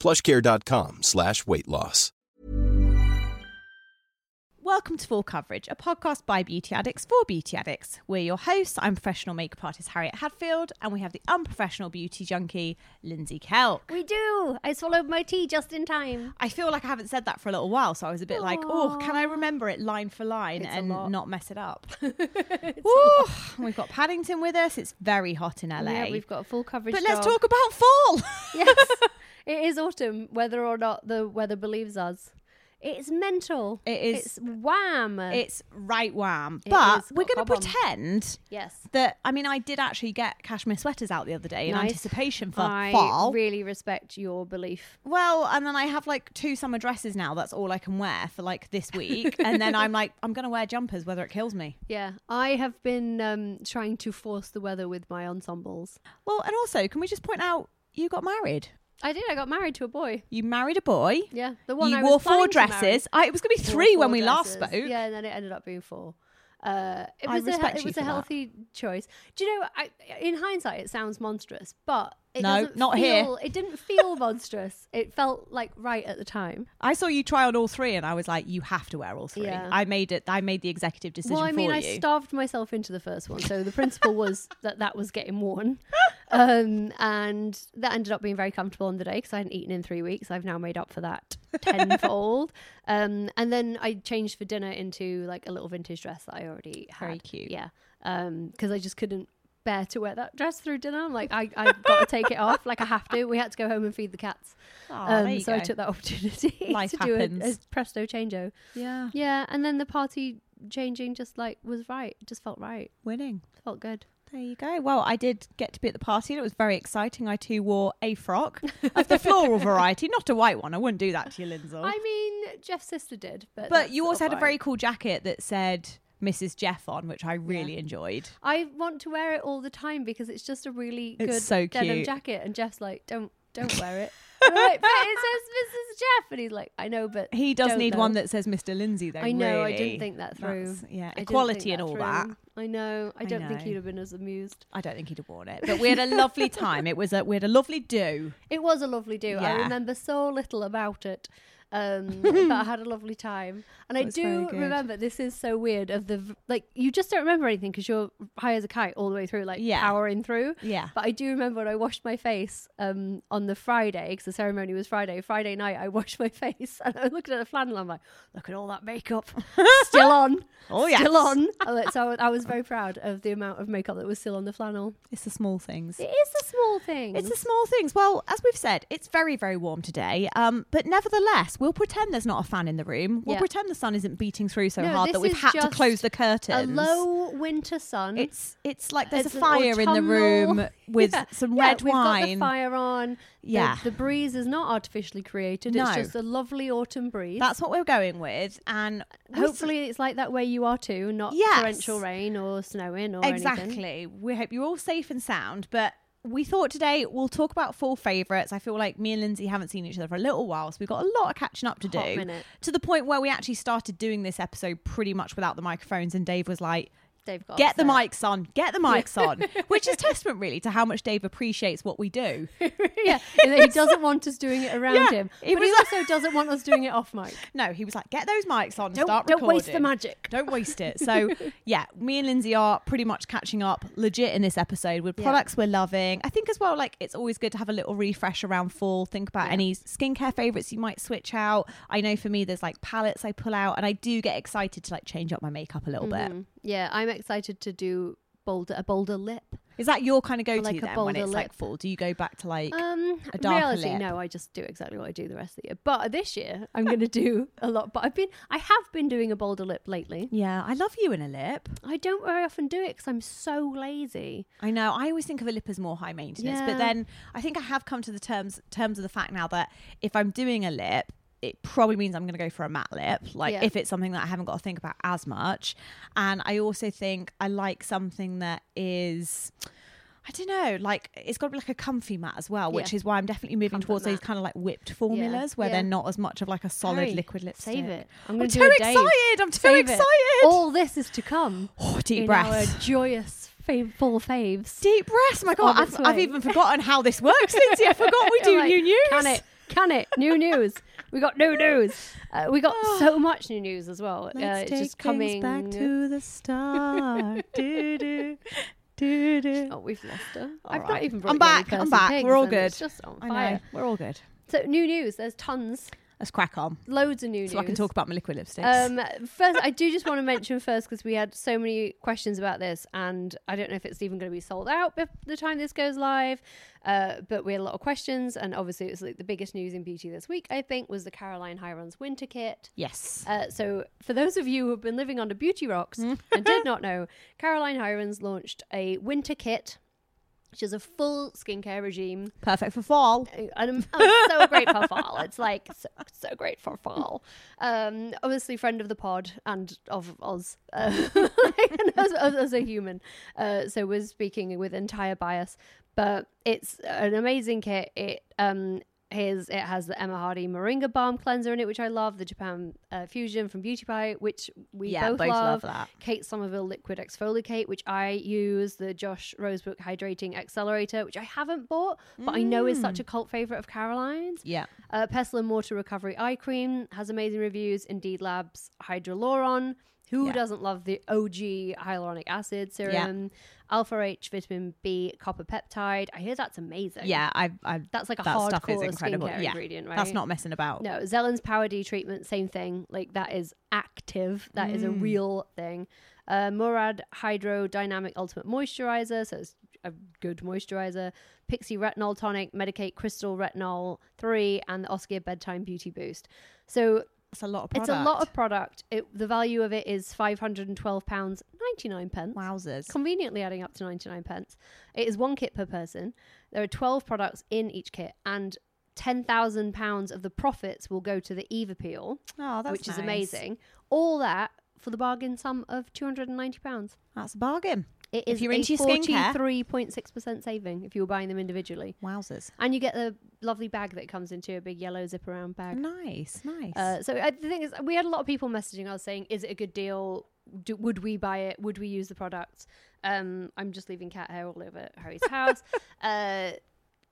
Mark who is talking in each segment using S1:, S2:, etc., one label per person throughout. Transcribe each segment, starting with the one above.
S1: Plushcare.com slash weight loss.
S2: Welcome to Full Coverage, a podcast by beauty addicts for beauty addicts. We're your hosts. I'm professional makeup artist Harriet Hadfield, and we have the unprofessional beauty junkie Lindsay Kelk.
S3: We do. I swallowed my tea just in time.
S2: I feel like I haven't said that for a little while, so I was a bit like, oh, can I remember it line for line
S3: It's a
S2: and
S3: lot.
S2: not mess it up? Woo! We've got Paddington with us. It's very hot in LA.
S3: Yeah, we've got a full coverage.
S2: but let's
S3: job.
S2: talk about fall.
S3: yes, it is autumn, whether or not the weather believes us. It's mental.
S2: It is-
S3: It's wham.
S2: it's right wham.
S3: It
S2: but
S3: is
S2: we're
S3: got
S2: going to
S3: bob on.
S2: pretend
S3: yes.
S2: that, I mean, I did actually get cashmere sweaters out the other day in
S3: Nice.
S2: anticipation for
S3: I
S2: fall.
S3: really respect your belief.
S2: Well, and then I have like two summer dresses now. That's all I can wear for like this week. and then I'm like, I'm going to wear jumpers whether it kills me.
S3: Yeah, I have been um, trying to force the weather with my ensembles.
S2: Well, and also, can we just point out you got married?
S3: I did. I got married to a boy.
S2: You married a boy.
S3: Yeah, the one
S2: you
S3: I was
S2: wore four
S3: planning to marry.
S2: dresses. I, it was going to be
S3: Wore
S2: three when
S3: four
S2: we last
S3: dresses.
S2: spoke.
S3: Yeah, and then it ended up being four. Uh, it
S2: I
S3: was a,
S2: respect
S3: he-
S2: you
S3: it was
S2: for
S3: a
S2: that.
S3: healthy choice. Do you know? I, in hindsight, it sounds monstrous, but it
S2: No,
S3: doesn't
S2: not here.
S3: feel, It didn't feel monstrous. It felt like right at the time.
S2: I saw you try on all three, and I was like, you have to wear all three.
S3: Yeah.
S2: I made it. I made the executive decision
S3: well, I mean,
S2: for
S3: I
S2: you.
S3: starved myself into the first one, so the principle was that that was getting worn, um, and that ended up being very comfortable on the day because I hadn't eaten in three weeks. I've now made up for that tenfold, um, and then I changed for dinner into like a little vintage dress that I already had.
S2: Very cute.
S3: yeah, because I just couldn't bear to wear that dress through dinner. I'm like, I I've got to take it off, like I have to. We had to go home and feed the cats,
S2: Aw, there you
S3: um, so I
S2: go.
S3: took that opportunity
S2: Life
S3: to do a, a
S2: happens.
S3: presto changeo.
S2: yeah,
S3: Yeah, and then the party changing just like was right, just felt right,
S2: winning.
S3: felt good.
S2: There you go. Well, I did get to be at the party and it was very exciting. I too wore a frock of the floral variety, not a white one. I wouldn't do that to you, Lindsay.
S3: I mean, Jeff's sister did, but
S2: Oh. but
S3: that's
S2: you
S3: sort
S2: also
S3: of
S2: had a
S3: like-
S2: very cool jacket that said Mrs. Jeff on, which I really enjoyed.
S3: I want to wear it all the time because it's just a really
S2: It's
S3: good
S2: so
S3: denim
S2: cute.
S3: jacket, and Jeff's like, don't don't wear it. And I'm like, but it says Mrs. Jeff, and he's like, I know, but
S2: He does
S3: don't
S2: need
S3: know."
S2: one that says Mr. Lindsay, though.
S3: I know. I
S2: really.
S3: didn't think that through.
S2: That's- yeah,
S3: I didn't
S2: equality
S3: think
S2: and all
S3: through.
S2: that.
S3: I know. I
S2: I
S3: don't think
S2: know.
S3: he'd have been as amused.
S2: I don't think he'd have worn it, but we had a lovely time. It was a we had a lovely do.
S3: It was a lovely do. I
S2: Yeah.
S3: remember so little about it. Um, but I had a lovely time, and I
S2: was very
S3: do
S2: good.
S3: remember. This is so weird. Of the v- like, you just don't remember anything because you're high as a kite all the way through, like
S2: Yeah.
S3: powering through.
S2: Yeah.
S3: But I do remember when I washed my face um, on the Friday because the ceremony was Friday. Friday night, I washed my face, and I looked at the flannel. I'm like, look at all that makeup still on.
S2: Oh,
S3: yeah,
S2: yes.
S3: still on. I was- So I was very proud of the amount of makeup that was still on the flannel.
S2: It's the small things.
S3: It is a small thing.
S2: It's the small things. Well, as we've said, it's very, very warm today. Um, but nevertheless, we'll pretend there's not a fan in the room. We'll
S3: Yeah.
S2: pretend the sun isn't beating through so
S3: No,
S2: hard
S3: this
S2: that we've
S3: is
S2: had to
S3: just
S2: close the
S3: a
S2: curtains.
S3: low winter sun.
S2: It's it's like there's
S3: It's
S2: a
S3: Mm-hmm. an
S2: fire in the room
S3: autumnal-
S2: with
S3: Yeah,
S2: some
S3: yeah,
S2: red
S3: we've
S2: wine.
S3: Got the fire on. The-
S2: Yeah.
S3: the, breeze is not artificially created.
S2: No.
S3: It's just a lovely autumn breeze.
S2: That's what we're going with,
S3: Uh,
S2: and we-
S3: hopefully it's like that where you are too, not
S2: Yes.
S3: torrential rain or snowing or anything.
S2: exactly. We hope you're all safe and sound, but. We thought today we'll talk about fall favourites. I feel like me and Lindsay haven't seen each other for a little while, so we've got a lot of catching up to
S3: Hot
S2: do.
S3: minute.
S2: To the point where we actually started doing this episode pretty much without the microphones, and Dave was like,
S3: They've got
S2: get the
S3: upset.
S2: mics on, get the mics on, which is testament really to how much Dave appreciates what we do.
S3: yeah, and he doesn't want us doing it around
S2: Yeah,
S3: him,
S2: he
S3: but he
S2: was like-
S3: also doesn't want us doing it off mic.
S2: No, he was like, get those mics on,
S3: Don't-
S2: start
S3: don't
S2: recording.
S3: waste the magic.
S2: Don't waste it. So, yeah, me and Lindsay are pretty much catching up legit in this episode with
S3: Yeah.
S2: products we're loving. I think as well, like, it's always good to have a little refresh around fall. Think about any skincare favorites you might switch out. I know for me, there's like palettes I pull out, and I do get excited to like change up my makeup a little bit.
S3: Mm-hmm. Yeah, I'm excited to do bolder a bolder lip.
S2: Is that your kind of go to
S3: Mm-hmm. like a
S2: then when
S3: bolder
S2: it's like
S3: lip.
S2: fall? Do you go back to like.
S3: Um,
S2: a darker
S3: reality,
S2: lip.
S3: no, I just do exactly what I do the rest of the year. But this year, I'm going to do a lot. But I've been, I have been doing a bolder lip lately.
S2: yeah, I love you in a lip.
S3: I don't very often do it because I'm so lazy.
S2: I know. I always think of a lip as more high maintenance, but
S3: Yeah.
S2: then I think I have come to the terms terms of the fact now that if I'm doing a lip, it probably means I'm going to go for a matte lip, like
S3: Yeah.
S2: if it's something that I haven't got to think about as much. And I also think I like something that is. I don't know, like it's got to be like a comfy mat as well, which
S3: Yeah.
S2: is why I'm definitely moving
S3: Comfort
S2: towards those
S3: mat.
S2: kind of like whipped formulas where
S3: Yeah.
S2: they're not as much of like a solid
S3: Harry,
S2: liquid lipstick.
S3: Save it. I'm
S2: I'm
S3: going to
S2: too
S3: do a
S2: excited.
S3: Dave.
S2: I'm too
S3: Save it.
S2: excited.
S3: All this is to come
S2: oh, deep
S3: in
S2: breath.
S3: our joyous fa- full faves.
S2: Deep breaths. My God,
S3: on
S2: I've,
S3: its
S2: I've
S3: way.
S2: even forgotten how this works, Lindsay. I forgot we
S3: You're
S2: do
S3: like,
S2: new news.
S3: Can it? Can it? New news. We got new news. Uh, we got so much new news as well. uh,
S2: Ah. Let's
S3: it's
S2: take
S3: just coming
S2: back to the start. do do do do.
S3: Oh, we've lost her.
S2: All
S3: I've
S2: right.
S3: not even brought
S2: I'm
S3: you any
S2: back. I'm
S3: Percy
S2: back.
S3: Pigs
S2: We're all
S3: and
S2: good.
S3: It's just on
S2: I
S3: fire.
S2: know. We're all good.
S3: So new news. There's tons.
S2: Let's crack on,
S3: Loads of new news.
S2: so I can talk about my liquid lipsticks.
S3: Um, first, I do just want to mention first because we had so many questions about this, and I don't know if it's even going to be sold out by the time this goes live. Uh, but we had a lot of questions, and obviously, it was like the biggest news in beauty this week. I think was the Caroline Hiron's winter kit.
S2: yes.
S3: Uh, so, for those of you who have been living under beauty rocks and did not know, Caroline Hirons launched a winter kit, which is a full skincare regime
S2: Perfect for fall.
S3: and I'm, I'm so grateful for fall. It's like so, so grateful for fall. Um, obviously, friend of the pod and of Oz, uh, and as, as, as a human. Uh, so we're speaking with entire bias, but it's an amazing kit. It um. His, it has the Emma Hardy Moringa Balm Cleanser in it, which I love. The Japan uh, Fusion from Beauty Pie, which we
S2: yeah,
S3: both,
S2: both love,
S3: love.
S2: that.
S3: Kate Somerville Liquid Exfoliate, which I use, the Josh Rosebrook Hydrating Accelerator, which I haven't bought, but I know is
S2: Mm.
S3: such a cult favorite of Caroline's.
S2: Yeah.
S3: Uh, Pestle and Mortar Recovery Eye Cream has amazing reviews. Indeed Labs Hydraluron. Who
S2: Yeah.
S3: doesn't love the OG hyaluronic acid serum? Alpha H vitamin B copper peptide. I hear that's amazing.
S2: Yeah. I. I
S3: That's like a
S2: that
S3: hardcore
S2: stuff is incredible.
S3: skincare
S2: Yeah.
S3: ingredient, right?
S2: That's not messing about.
S3: No, Zellen's Power D treatment, same thing. Like that is active. That is a real thing. Uh, Murad Hydro Dynamic Ultimate Moisturizer, so it's a good moisturizer. Pixie Retinol Tonic, Medicate Crystal Retinol 3, and the Oscar Bedtime Beauty Boost. So
S2: It's a lot of
S3: it's
S2: product.
S3: a lot of product. It, the value of it is £512.99. pence.
S2: wowzers.
S3: Conveniently adding up to 99 pence. It is one kit per person. There are 12 products in each kit, and £10,000 of the profits will go to the Eve Appeal,
S2: Oh, that's
S3: which is
S2: nice.
S3: amazing. All that for the bargain sum of £290.
S2: That's a bargain.
S3: It
S2: If
S3: is
S2: you're
S3: a
S2: into your skincare-
S3: 43.6% saving if you were buying them individually.
S2: Wowzers.
S3: And you get the lovely bag that comes into a big yellow zip around bag.
S2: Nice. Nice.
S3: Uh, so I, the thing is, we had a lot of people messaging us saying, "Is it a good deal? Do, would we buy it? Would we use the product?" Um, I'm just leaving cat hair all over Harry's house. uh,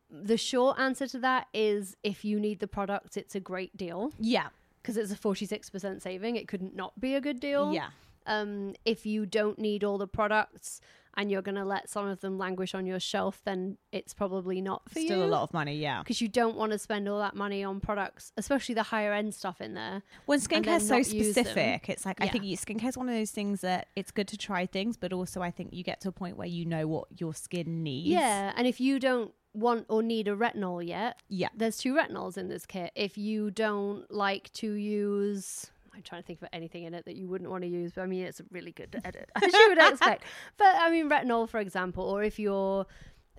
S3: the short answer to that is, if you need the product, it's a great deal
S2: yeah.
S3: because it's a 46% saving. It couldn't not be a good deal.
S2: Yeah.
S3: Um, if you don't need all the products and you're going to let some of them languish on your shelf, then it's probably not for you
S2: Still a lot of money. Yeah.
S3: because you don't want to spend all that money on products, especially the higher end stuff in there.
S2: When
S3: and then
S2: skincare's so
S3: not use them.
S2: specific, it's like I
S3: Yeah.
S2: think you, skincare's one of those things that it's good to try things, but also I think you get to a point where you know what your skin needs.
S3: Yeah, and if you don't want or need a retinol yet,
S2: Yeah.
S3: there's two retinols in this kit. If you don't like to use I'm trying to think of anything in it that you wouldn't want to use, but I mean it's really good to edit, as you would expect. But I mean retinol, for example, or if you're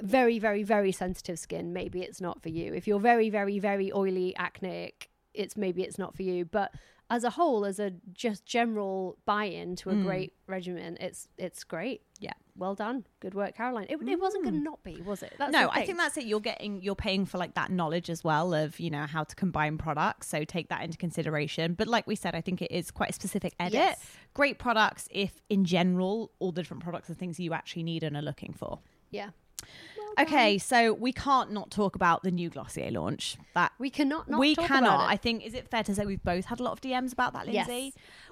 S3: very, very, very sensitive skin, maybe it's not for you. If you're very, very, very oily, acneic, it's maybe it's not for you. But as a whole, as a just general buy-in to a great regimen, it's it's great.
S2: Hmm. Yeah. Hmm.
S3: Well done. Good work, Caroline. It, it wasn't going to not be, was it? That's
S2: no,
S3: the
S2: I
S3: thing.
S2: think that's it. You're getting, you're paying for like that knowledge as well of, you know, how to combine products. So take that into consideration. But like we said, I think it is quite a specific edit.
S3: Yes.
S2: Great products if, in general, all the different products and things you actually need and are looking for.
S3: yeah.
S2: Okay, so we can't not talk about the new Glossier launch. That
S3: We cannot not
S2: we
S3: talk
S2: cannot.
S3: about it.
S2: I think is it fair to say we've both had a lot of DMs about that,
S3: Yes.
S2: Lindsay?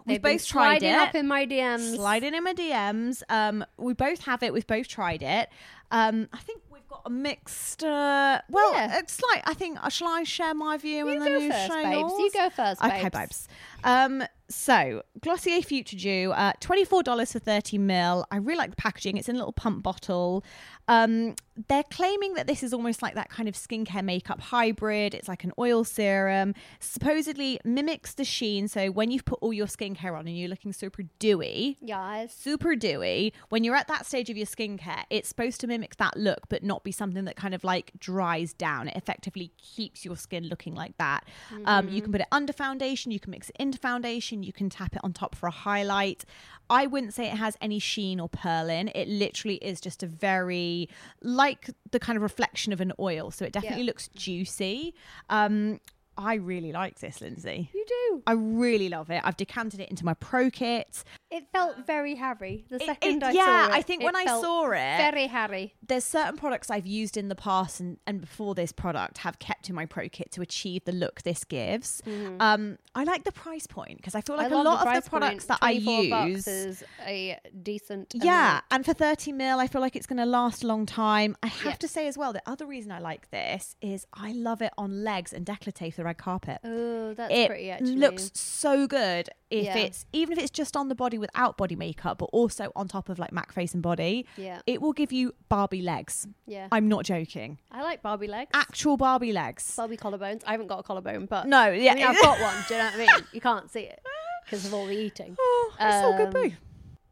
S3: They've
S2: We've
S3: been
S2: both tried
S3: sliding
S2: it.
S3: up in my DMs.
S2: sliding in my DMs. Um, we both have it. We've both tried it. Um, I think we've got a mixed. Uh, well,
S3: Yeah.
S2: it's like I think. Uh, shall I share my view
S3: You
S2: and then
S3: go
S2: you
S3: first,
S2: share
S3: babes. You
S2: yours?
S3: go first,
S2: Okay,
S3: babes.
S2: babes. Um, so Glossier Future Dew, uh, twenty four dollars for thirty mil. I really like the packaging. It's in a little pump bottle. Um, they're claiming that this is almost like that kind of skincare makeup hybrid. It's like an oil serum, supposedly mimics the sheen. So when you've put all your skincare on and you're looking super dewy,
S3: Yes.
S2: super dewy, when you're at that stage of your skincare, it's supposed to mimic that look, but not be something that kind of like dries down. It effectively keeps your skin looking like that. Um, you can put it under foundation, you can mix it into foundation, you can tap it on top for a highlight. I wouldn't say it has any sheen or pearlin. It literally is just a very like the kind of reflection of an oil. So it definitely looks juicy. Um, I really like this, Lindsay.
S3: You do.
S2: I really love it. I've decanted it into my pro kit.
S3: It felt very Harry the
S2: It-
S3: second
S2: it-
S3: I saw
S2: yeah,
S3: it.
S2: I think when I
S3: felt
S2: saw it-
S3: very Harry.
S2: there's certain products I've used in the past and, and before this product have kept in my pro kit to achieve the look this gives. Um, I like the price point because I feel like
S3: Mm-hmm. I
S2: a
S3: love
S2: lot of
S3: price
S2: the products that
S3: point.
S2: I
S3: 24
S2: use.
S3: bucks is a decent.
S2: Yeah,
S3: amount.
S2: and for 30 mil, I feel like it's going to last a long time. I have
S3: Yeah.
S2: to say as well, the other reason I like this is I love it on legs and décolleté for the red carpet.
S3: Oh, that's
S2: it
S3: pretty actually.
S2: looks so good if
S3: Yeah.
S2: it's even if it's just on the body without body makeup, but also on top of like MAC face and body.
S3: Yeah.
S2: It will give you Barbie legs.
S3: Yeah. I,
S2: I'm not joking
S3: like Barbie legs.
S2: actual Barbie legs.
S3: Barbie collarbones. I haven't got a collarbone, but
S2: Ah. No, yeah,
S3: I mean, I've got one. Do you know what I mean? You can't see it because of all the eating.
S2: Oh, it's all good,
S3: Um,
S2: boo.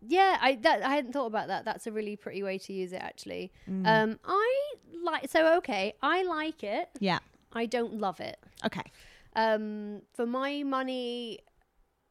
S3: Yeah, I that I hadn't thought about that. That's a really pretty way to use it, actually.
S2: Mm.
S3: Um, I like so okay. I like it.
S2: Yeah.
S3: I don't love it.
S2: Okay.
S3: Um, for my money,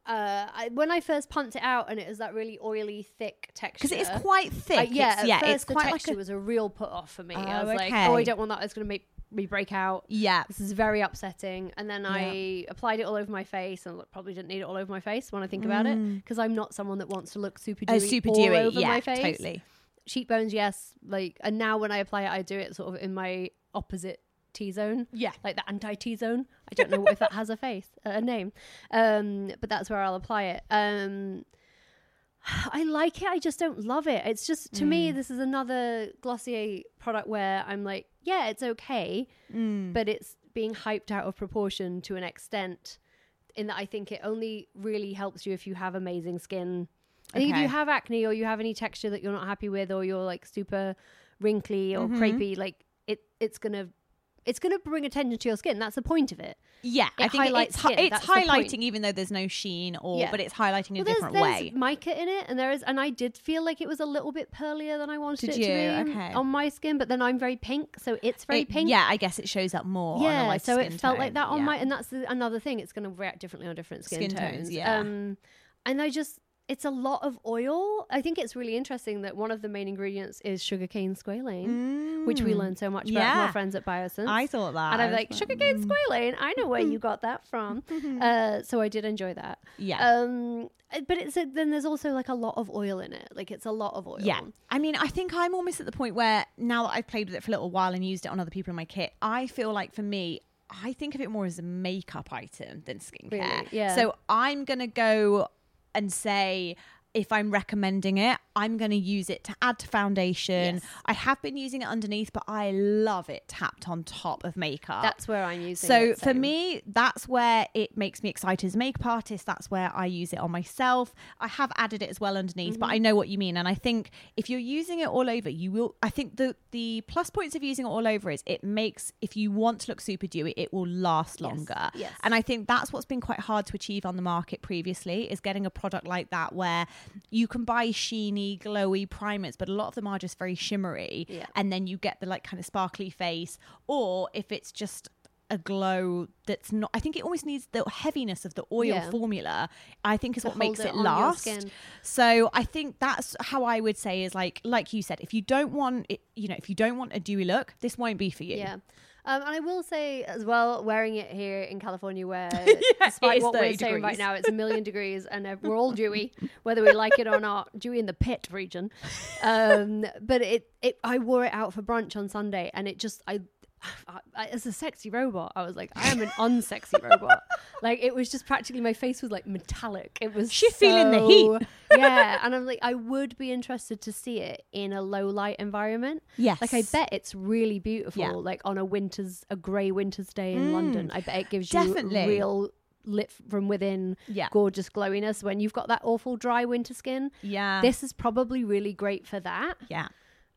S3: uh, I, when I first pumped it out and it was that really oily, thick texture.
S2: Because it is quite thick.
S3: Uh, yeah,
S2: It's-
S3: at
S2: yeah.
S3: first
S2: it's
S3: the
S2: quite
S3: texture
S2: like a,
S3: was a real put off for me. I
S2: Oh,
S3: was like, oh, I
S2: okay.
S3: don't want that. It's going to make me break out.
S2: yeah.
S3: This is very upsetting. And then I applied it all over my face, and look, probably didn't need it all over my face when I think about it, because I'm not someone that wants to look super dewy,
S2: Mm. Oh, super
S3: all
S2: dewy.
S3: over
S2: Yeah,
S3: my face.
S2: totally.
S3: Cheekbones, yes. Like, and now when I apply it, I do it sort of in my opposite T zone
S2: Yeah.
S3: like the anti T zone. I don't know if that has a face, a name, um, but that's where I'll apply it. Um, I like it. I just don't love it. It's just to me,
S2: Mm.
S3: this is another Glossier product where I'm like, yeah, it's okay,
S2: Mm.
S3: but it's being hyped out of proportion to an extent. In that, I think it only really helps you if you have amazing skin. I think if
S2: Okay.
S3: you have acne or you have any texture that you're not happy with, or you're like super wrinkly
S2: Mm-hmm.
S3: or crepey, like it, it's gonna it's going to bring attention to your skin. That's the point of it.
S2: Yeah. I
S3: It
S2: think it-
S3: highlights
S2: it's, hi-
S3: skin,
S2: it's
S3: that's the point.
S2: highlighting even though there's no sheen or,
S3: Yeah.
S2: but it's highlighting in a
S3: there's,
S2: different
S3: there's
S2: way.
S3: mica in it, and there is, and I did feel like it was a little bit pearlier than I
S2: Did
S3: wanted it
S2: you?
S3: to be
S2: Okay.
S3: on my skin. But then I'm very pink, so it's very
S2: It-
S3: pink.
S2: Yeah. I guess it shows up more. on a
S3: yeah.
S2: lighter
S3: So it
S2: skin
S3: felt
S2: tone.
S3: like that on
S2: Yeah.
S3: my, and that's the, another thing. It's going to react differently on different skin,
S2: Skin tones, yeah.
S3: Um, and I just, it's a lot of oil. I think it's really interesting that one of the main ingredients is sugarcane squalane, which we
S2: Mm.
S3: learned so much about from
S2: Yeah.
S3: our friends at Biosense.
S2: Mm, I thought that. Mm-hmm.
S3: and
S2: I
S3: I'm
S2: was
S3: like, sugarcane squalane. I know where you got that from. uh, so I did enjoy that.
S2: Yeah.
S3: Um, uh, but it's a, then there's also like a lot of oil in it. Like it's a lot of oil.
S2: Yeah. I mean, I think I'm almost at the point where now that I've played with it for a little while and used it on other people in my kit, I feel like for me, I think of it more as a makeup item than skincare.
S3: Really? Yeah.
S2: So I'm going to go and say, if I'm recommending it, I'm going to use it to add to foundation.
S3: Yes.
S2: I have been using it underneath, but I love it tapped on top of makeup.
S3: That's where I'm using.
S2: So
S3: it,
S2: for me, that's where it makes me excited as a makeup artist. That's where I use it on myself. I have added it as well underneath, but
S3: Mm-hmm.
S2: I know what you mean. And I think if you're using it all over, you will. I think the the plus points of using it all over is it makes if you want to look super dewy, it will last longer.
S3: yes.
S2: And I think that's what's been quite hard to achieve on the market previously is getting a product like that where you can buy sheeny, glowy primers, but a lot of them are just very shimmery,
S3: Yeah.
S2: and then you get the like kind of sparkly face, or if it's just a glow that's not i think it almost needs the heaviness of the oil
S3: Yeah.
S2: formula i think is what
S3: hold
S2: makes
S3: it
S2: it
S3: on your
S2: last
S3: skin.
S2: so i think that's how i would say is like like you said if you don't want it, you know if you don't want a dewy look this won't be for you
S3: Yeah. Um, and I will say as well, wearing it here in California, where
S2: it
S3: despite
S2: is
S3: what we're
S2: 30
S3: saying right
S2: degrees.
S3: now, it's a million degrees and uh, we're all dewy, whether we like it or not, dewy in the pit region. Um, but it, it, I wore it out for brunch on Sunday and it just, I, I, I, as a sexy robot, I was like, I am an unsexy robot. Like it was just practically my face was like metallic. It was
S2: She feeling the heat.
S3: so- yeah, and I'm like, I would be interested to see it in a low light environment.
S2: Yes.
S3: like I bet it's really beautiful. Like on a winter's, a grey winter's day in London, I bet it gives
S2: Mm. definitely.
S3: you real lit from within,
S2: Yeah.
S3: gorgeous glowiness. When you've got that awful dry winter skin,
S2: yeah
S3: this is probably really great for that.
S2: yeah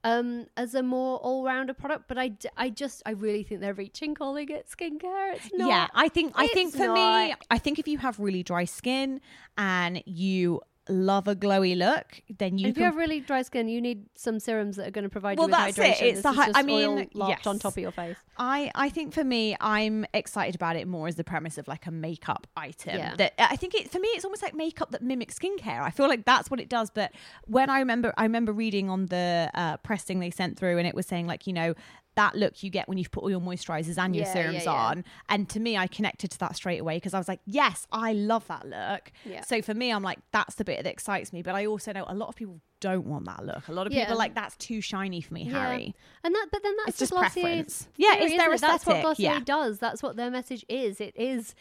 S3: um, as a more all rounder product. But I, d- I just, I really think they're reaching calling it skincare. It's not.
S2: yeah, I think I think
S3: It's
S2: for me,
S3: not.
S2: I think if you have really dry skin and you love a glowy look, then you
S3: if
S2: can
S3: you have really dry skin, you need some serums that are going to provide
S2: Well,
S3: you with
S2: that's it.
S3: hydration.
S2: It's
S3: This
S2: the
S3: is
S2: hy-
S3: just
S2: I mean,
S3: oil larped on
S2: yes.
S3: top of your face.
S2: I I think for me, I'm excited about it more as the premise of like a makeup item.
S3: Yeah.
S2: That I think it for me, it's almost like makeup that mimics skincare. I feel like that's what it does. But when I remember, I remember reading on the uh, press thing they sent through, and it was saying like you know that look you get when you've put all your moisturizers and your
S3: Yeah, yeah,
S2: serums
S3: yeah.
S2: on. And to me, I connected to that straight away because I was like, yes, I love that look.
S3: Yeah.
S2: So for me, I'm like, that's the bit that excites me. But I also know a lot of people don't want that look. A lot of
S3: Yeah.
S2: people are like that's too shiny for me, Harry.
S3: And that, but then that's
S2: It's
S3: the
S2: just
S3: Glossier's
S2: preference. Yeah,
S3: theory,
S2: it's their
S3: isn't it? That's what
S2: aesthetic,
S3: Glossier
S2: yeah.
S3: does. That's what their message is. It is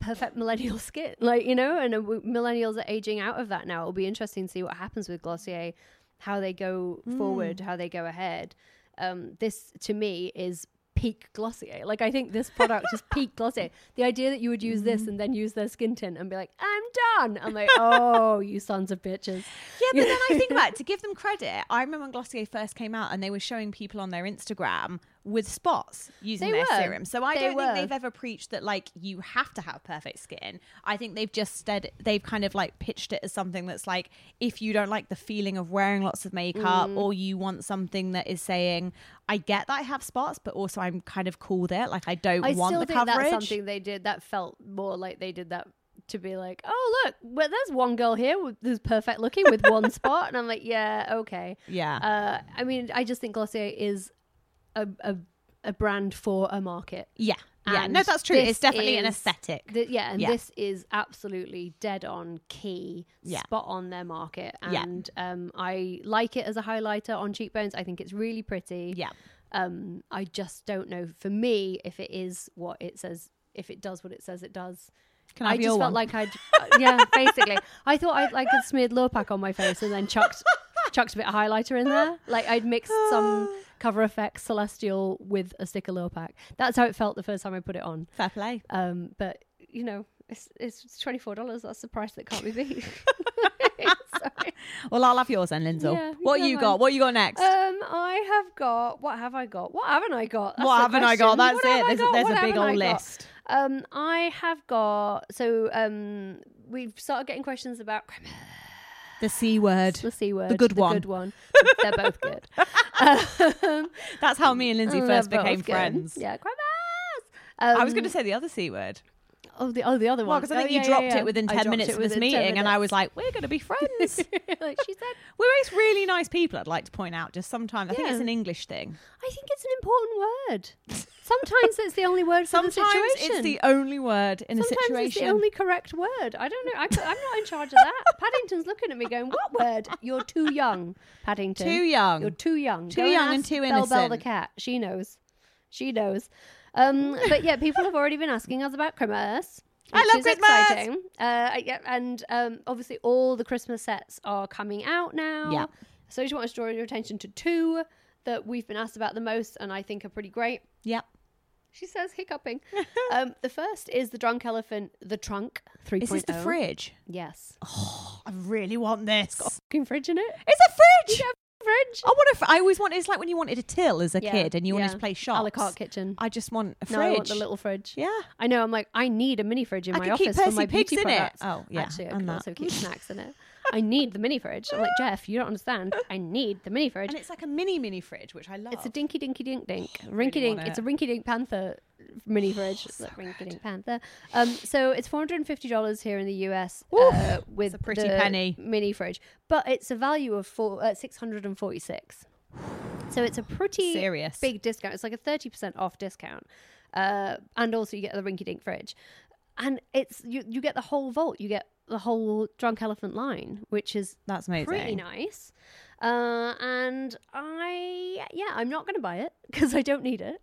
S3: perfect millennial skin, like you know. And uh, w- millennials are aging out of that now. It'll be interesting to see what happens with Glossier, how they go
S2: Mm.
S3: forward, how they go ahead. Um, this to me is peak Glossier. Like I think this product is peak Glossier. The idea that you would use
S2: Mm-hmm.
S3: this and then use their skin tint and be like, I'm done. I'm like, oh, you sons of bitches.
S2: Yeah, but then I think about it, to give them credit. I remember when Glossier first came out and they were showing people on their Instagram with spots using
S3: They
S2: their
S3: were.
S2: serum. So I
S3: They
S2: don't
S3: were.
S2: think they've ever preached that like you have to have perfect skin. I think they've just said they've kind of like pitched it as something that's like if you don't like the feeling of wearing lots of
S3: Mm.
S2: makeup or you want something that is saying I get that I have spots, but also I'm kind of cool there. Like I don't
S3: I
S2: want
S3: still
S2: the
S3: think
S2: coverage.
S3: that's something they did that felt more like they did that to be like, oh look, well, there's one girl here with- who's perfect looking with one spot, and I'm like, yeah, okay.
S2: Yeah.
S3: Uh, I mean, I just think Glossier is a a, a brand for a market.
S2: yeah. Yeah.
S3: And
S2: No, that's true.
S3: this
S2: It's definitely an
S3: is-
S2: aesthetic.
S3: Th- yeah, and
S2: Yeah.
S3: this is absolutely dead on key,
S2: Yeah.
S3: spot on their market,
S2: Yeah.
S3: and um, I like it as a highlighter on cheekbones. I think it's really pretty
S2: yeah.
S3: um i just don't know for me if it is what it says if it does what it says it does
S2: Can I, have
S3: just
S2: your one?
S3: felt like i'd uh, yeah basically i thought i'd like I'd smeared lure pack on my face and then chucked chucked a bit of highlighter in there like i'd mixed some cover effects celestial with a stick of lure pack that's how it felt the first time i put it on
S2: fair play.
S3: um but you know it's, it's twenty four dollars. That's the price that can't be beat. Sorry.
S2: Well, I'll have yours then, Lindsay.
S3: Yeah,
S2: what
S3: yeah,
S2: you
S3: mine.
S2: got? What you got next?
S3: Um, I have got. What have I got? What haven't I got? That's
S2: what
S3: the
S2: haven't I got?
S3: question.
S2: That's
S3: What have
S2: it.
S3: I
S2: There's,
S3: got?
S2: there's
S3: What
S2: a big
S3: haven't
S2: old
S3: I got?
S2: list.
S3: Um, I have got. So, um, we've started getting questions about cremas,
S2: The C word.
S3: the c word,
S2: The good one.
S3: Good one. They're both good. um,
S2: That's how me and Lindsay
S3: they're
S2: first
S3: both
S2: became
S3: good.
S2: friends.
S3: Yeah, cremas. Um,
S2: I was going to say the other C word.
S3: Oh, the oh the other
S2: Well,
S3: one.
S2: because I think
S3: Oh,
S2: you
S3: yeah, yeah,
S2: dropped
S3: yeah.
S2: it within
S3: I
S2: 10
S3: dropped
S2: minutes
S3: it
S2: of this
S3: within 10
S2: meeting, and I
S3: minutes.
S2: was like, we're going to be friends.
S3: like she said,
S2: we're both really nice people, I'd like to point out, just sometimes. I think it's
S3: Yeah.
S2: an English thing.
S3: I think it's an important word. Sometimes it's the only word for
S2: Sometimes
S3: the situation.
S2: it's the only word in
S3: Sometimes
S2: a situation.
S3: it's the only correct word. I don't know. I, am not in charge of that. Paddington's looking at me going, "What word? You're too young, Paddington.
S2: Too young.
S3: You're too young.
S2: Too
S3: Go and
S2: young and
S3: ask
S2: too
S3: Bell Bell the
S2: innocent."
S3: cat. She knows. She knows. Um, but yeah, people have already been asking us about Christmas.
S2: I
S3: which
S2: love
S3: is
S2: Christmas!
S3: Exciting. Uh, yeah, and um, obviously all the Christmas sets are coming out now.
S2: Yeah.
S3: So I just want to draw your attention to two that we've been asked about the most, and I think are pretty great.
S2: Yep.
S3: She says hiccuping. um, the first is the drunk elephant, the trunk 3.0.
S2: Is this the fridge?
S3: Yes.
S2: oh. I really want this.
S3: Fucking fridge in it.
S2: It's a fridge.
S3: Fridge.
S2: I want a fr- I always wanted. It's like when you wanted a till as a
S3: Yeah,
S2: kid and you wanted
S3: yeah.
S2: to play
S3: A
S2: shots.
S3: la carte kitchen.
S2: I just want Oh, a fridge.
S3: No, I want the little fridge.
S2: Yeah.
S3: I know. I'm like, I need a mini fridge in
S2: I
S3: my
S2: could
S3: office
S2: keep
S3: for
S2: Percy
S3: my
S2: Pigs
S3: beauty
S2: in it.
S3: products.
S2: Oh, yeah,
S3: Actually, I
S2: and
S3: can
S2: that.
S3: also keep snacks in it. I need the mini fridge. I'm like, Jeff, you don't understand. I need the mini fridge.
S2: And it's like a mini mini fridge, which I love.
S3: It's a dinky dinky dink dink.
S2: really
S3: Rinky dink.
S2: want
S3: It's a
S2: it.
S3: rinky dink panther mini fridge. rinky dink panther. Um, so it's four hundred and fifty dollars here in the US uh, with
S2: a pretty
S3: the
S2: penny.
S3: mini fridge, but it's a value of four, uh, six hundred and forty six. So it's a pretty
S2: Serious.
S3: big discount. It's like a thirty percent off discount, uh, and also you get the rinky dink fridge, and it's you you get the whole vault. You get the whole drunk elephant line, which is
S2: That's amazing.
S3: pretty nice. Uh, and I, yeah, I'm not going to buy it because I don't need it,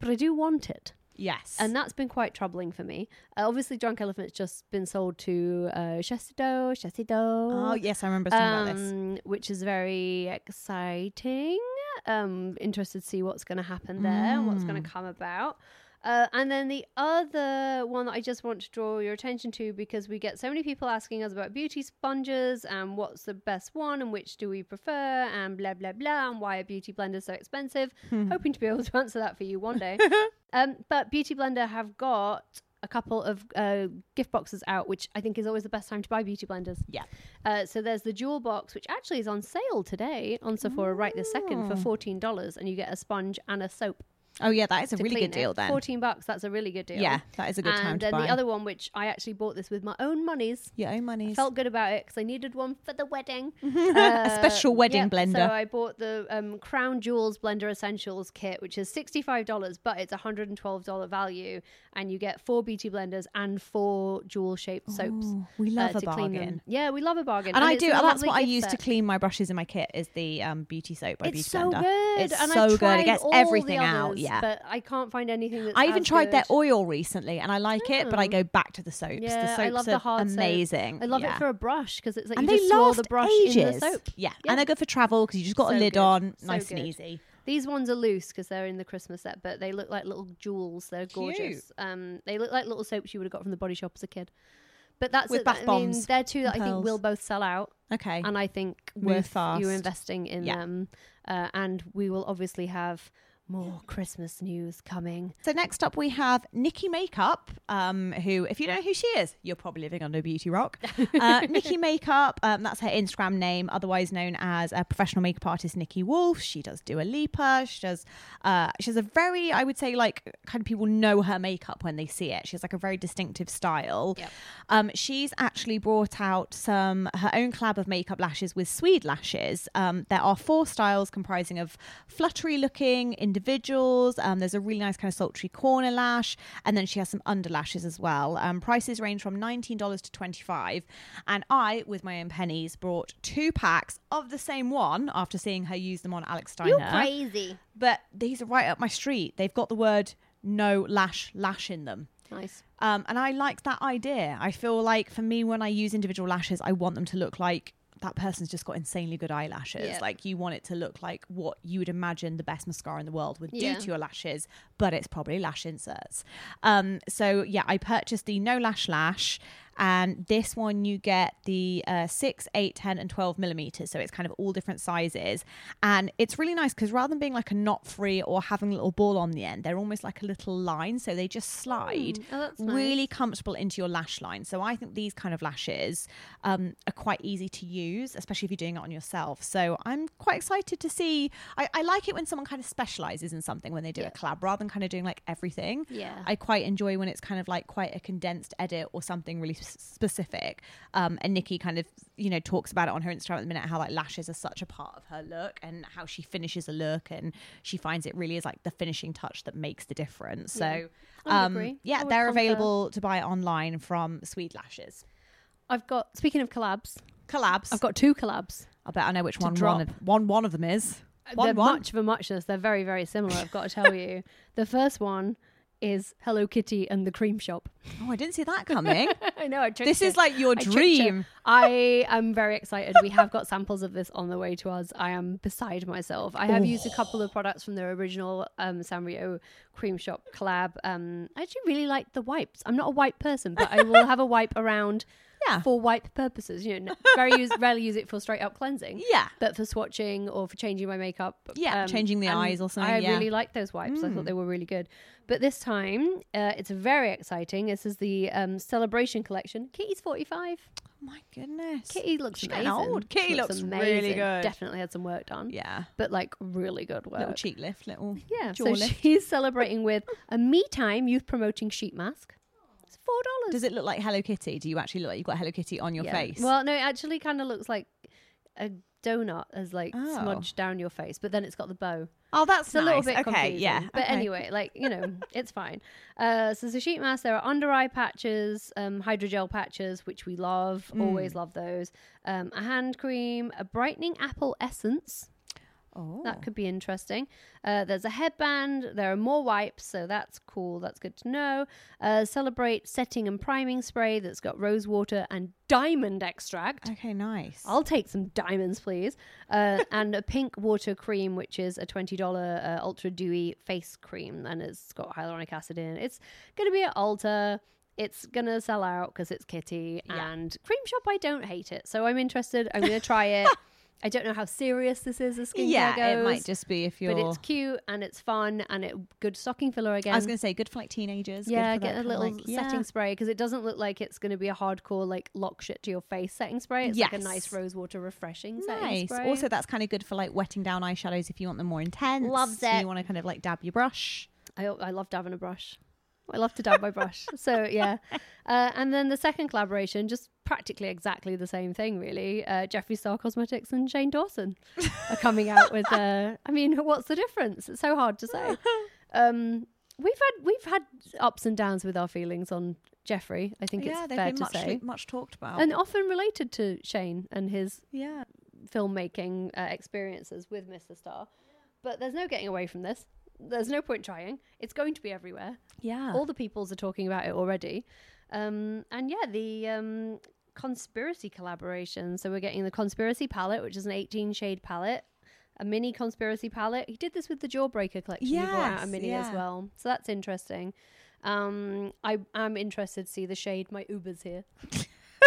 S3: but I do want it.
S2: Yes.
S3: And that's been quite troubling for me. Uh, obviously, Drunk Elephant's just been sold to uh, Chesido,
S2: oh
S3: Chesido,
S2: yes, I remember talking about this.
S3: um, which is very
S2: Mm.
S3: exciting. Um, interested to see what's going to happen there, and what's going to come about. Uh, and then the other one that I just want to draw your attention to because we get so many people asking us about beauty sponges and what's the best one and which do we prefer and blah blah blah and why are beauty blenders so expensive.
S2: Hmm.
S3: Hoping to be able to answer that for you one day. um, but Beauty Blender have got a couple of uh, gift boxes out, which I think is always the best time to buy beauty blenders.
S2: Yeah.
S3: Uh, so there's the jewel box, which actually is on sale today on Sephora right this second for
S2: Ah.
S3: fourteen dollars, and you get a sponge and a soap.
S2: Oh yeah, that is a
S3: to
S2: really
S3: clean
S2: good deal
S3: it.
S2: then.
S3: Fourteen bucks. That's a really good deal.
S2: Yeah, that is a good
S3: and
S2: time to
S3: then
S2: buy.
S3: the other one, which I actually bought this with my own monies.
S2: Your own money.
S3: Felt good about it because I needed one for the wedding. Uh,
S2: special wedding blender.
S3: So I bought the um, Crown Jewels Blender Essentials kit, which is sixty-five dollars, but it's a hundred and twelve dollar value, and you get four beauty blenders and four jewel-shaped soaps.
S2: Ooh, oh, we love a
S3: uh, to clean them.
S2: bargain.
S3: Yeah, we love a bargain,
S2: and I
S3: it's
S2: do.
S3: a
S2: and That's
S3: lovely
S2: what I
S3: gift
S2: use to
S3: set.
S2: clean my brushes in my kit is the um, beauty soap by
S3: It's
S2: Beauty
S3: so
S2: Blender.
S3: good.
S2: It's
S3: and
S2: so
S3: I've
S2: good.
S3: tried
S2: It gets
S3: all the
S2: everything out.
S3: others,
S2: Yeah.
S3: But I can't find anything that's.
S2: I even
S3: as
S2: tried their
S3: good.
S2: oil recently, and I like it, but I
S3: Oh.
S2: go back to the soaps. the
S3: Yeah,
S2: soaps
S3: I love
S2: are
S3: the hard soap.
S2: amazing.
S3: I love
S2: Yeah.
S3: it for a brush because it's like
S2: and
S3: you
S2: they
S3: just swirl
S2: last
S3: the brush
S2: ages.
S3: in the soap.
S2: Yeah.
S3: Yeah.
S2: and they're good for travel because you just got a
S3: So
S2: lid
S3: good.
S2: on,
S3: So
S2: nice and
S3: good.
S2: easy.
S3: These ones are loose because they're in the Christmas set, but they look like little jewels. They're gorgeous. Um, they look like little soaps you would have got from the body shop as a kid. But that's
S2: With
S3: it.
S2: bath
S3: I mean,
S2: bombs
S3: they're two that I
S2: and
S3: think will both sell out,
S2: Okay,
S3: and I think
S2: Move
S3: worth
S2: fast.
S3: you investing in
S2: Yeah.
S3: them. Uh, and we will obviously have more Christmas news coming.
S2: So next up we have Nikki Makeup, um, who, if you don't know who she is, you're probably living under a beauty rock. Uh, Nikki Makeup, um, that's her Instagram name, otherwise known as a professional makeup artist, Nikki Wolf. She does Dua Lipa. She does. Uh, she has a very, I would say, like kind of people know her makeup when they see it. She has like a very distinctive style.
S3: Yep.
S2: Um, she's actually brought out some her own collab of makeup lashes with Swede lashes. Um, there are four styles comprising of fluttery looking individuals. Um, there's a really nice kind of sultry corner lash, and then she has some underlashes as well. Um, prices range from nineteen dollars to twenty five. And I, with my own pennies, brought two packs of the same one after seeing her use them on Alex Steiner
S3: crazy.
S2: but these are right up my street. They've got the word no lash lash in them.
S3: Nice.
S2: Um, and I like that idea. I feel like for me, when I use individual lashes, I want them to look like that person's just got insanely good eyelashes.
S3: Yeah.
S2: Like you want it to look like what you would imagine the best mascara in the world would
S3: Yeah.
S2: do to your lashes, but it's probably lash inserts. Um, so yeah, I purchased the no lash lash. And this one, you get the uh, 6, 8, 10, and 12 millimeters. So it's kind of all different sizes. And it's really nice because rather than being like a knot free or having a little ball on the end, they're almost like a little line. So they just slide
S3: Oh, that's nice.
S2: really comfortable into your lash line. So I think these kind of lashes um, are quite easy to use, especially if you're doing it on yourself. So I'm quite excited to see. I, I like it when someone kind of specializes in something when they do
S3: Yeah.
S2: a collab rather than kind of doing like everything.
S3: Yeah.
S2: I quite enjoy when it's kind of like quite a condensed edit or something really s- specific. Um, and Nikki kind of, you know, talks about it on her Instagram at the minute how like lashes are such a part of her look and how she finishes a look and she finds it really is like the finishing touch that makes the difference. So,
S3: I would
S2: um,
S3: agree. I
S2: yeah,
S3: would
S2: they're
S3: concur.
S2: available to buy online from Sweet Lashes.
S3: I've got. Speaking of collabs,
S2: Collabs.
S3: I've got two collabs.
S2: I bet I know which one
S3: drop. Uh,
S2: one of, one one of them is. One
S3: they're
S2: one.
S3: much of a muchness. They're very, very similar. I've got to tell you. The first one is Hello Kitty and the Cream Shop.
S2: Oh, I didn't see that coming.
S3: I know. I tricked
S2: this
S3: you.
S2: is like your
S3: I tricked you.
S2: dream.
S3: I am very excited. We have got samples of this on the way to us. I am beside myself. I have used a couple of products from their original um, Sanrio Cream Shop collab. Um, I actually really like the wipes. I'm not a wipe person, but I will have a wipe around
S2: Yeah.
S3: for wipe purposes. You know, n- very use, rarely use it for straight up cleansing.
S2: Yeah.
S3: But for swatching or for changing my makeup. um,
S2: Yeah, changing the
S3: and
S2: eyes or something,
S3: I
S2: yeah. Hmm.
S3: really liked those wipes. I thought they were really good. But this time, uh, it's very exciting. This is the um, celebration collection. Kitty's 45.
S2: My goodness.
S3: Kitty looks
S2: She's getting
S3: amazing.
S2: old. Kitty
S3: She
S2: looks really good.
S3: Definitely had some work done.
S2: Yeah.
S3: But like really good work.
S2: Little cheek lift, little
S3: yeah.
S2: jaw
S3: So
S2: lift.
S3: she's celebrating with a me time youth promoting sheet mask. It's four dollars.
S2: Does it look like Hello Kitty? Do you actually look like you've got Hello Kitty on your
S3: Yeah.
S2: face?
S3: Well, no, it actually kind of looks like a donut has like
S2: Oh.
S3: smudged down your face, but then it's got the bow.
S2: oh, that's
S3: It's a little
S2: nice.
S3: bit
S2: okay,
S3: confusing.
S2: yeah.
S3: But
S2: okay.
S3: anyway, like, you know, it's fine. Uh, so the sheet mask, there are under eye patches, um, hydrogel patches, which we
S2: Hmm.
S3: love, always love those. Um, a hand cream, a brightening apple essence.
S2: Oh.
S3: That could be interesting. Uh, there's a headband. There are more wipes, so that's cool. That's good to know. Uh, celebrate setting and priming spray that's got rose water and diamond extract.
S2: Okay, nice.
S3: I'll take some diamonds, please. Uh, and a pink water cream, which is a $20 uh, ultra dewy face cream, and it's got hyaluronic acid in it. It's going to be at Ulta. It's going to sell out because it's kitty.
S2: Yeah.
S3: And Cream Shop, I don't hate it. So I'm interested. I'm going to try it. I don't know how serious this is, as skincare
S2: yeah,
S3: goes.
S2: it might just be if you're.
S3: But it's cute and it's fun and it good stocking filler again.
S2: I was going to say, good for like teenagers. good
S3: yeah,
S2: for that
S3: get a
S2: kinda,
S3: little
S2: like,
S3: setting spray because it doesn't look like it's going to be a hardcore like lock shit to your face setting spray. It's like a
S2: Yes.
S3: nice rosewater refreshing
S2: Yeah.
S3: setting
S2: Nice.
S3: spray.
S2: Also, that's kind of good for like wetting down eyeshadows if you want them more intense.
S3: Loves
S2: and
S3: it.
S2: You want to kind of like dab your brush.
S3: I, I love dabbing a brush. I love to dab my brush. So yeah, uh, and then the second collaboration, just practically exactly the same thing, really. Uh, Jeffree Star Cosmetics and Shane Dawson are coming out with. Uh, I mean, what's the difference? It's so hard to say. Um, we've had we've had ups and downs with our feelings on Jeffrey. I think
S2: Oh, yeah,
S3: it's
S2: they've
S3: fair
S2: been
S3: to
S2: much
S3: say,
S2: much talked about.
S3: and often related to Shane and his
S2: yeah.
S3: filmmaking uh, experiences with Mr. Star. But there's no getting away from this. There's no point trying. It's going to be everywhere
S2: Yeah.
S3: all the peoples are talking about it already. Um, and yeah, the um, conspiracy collaboration. So we're getting the conspiracy palette, which is an 18 shade palette, a mini conspiracy palette. He did this with the Jawbreaker collection. he brought out a
S2: Yes,
S3: mini as
S2: yeah.
S3: well. So that's interesting. Um, I am interested to see the shade. My Uber's here.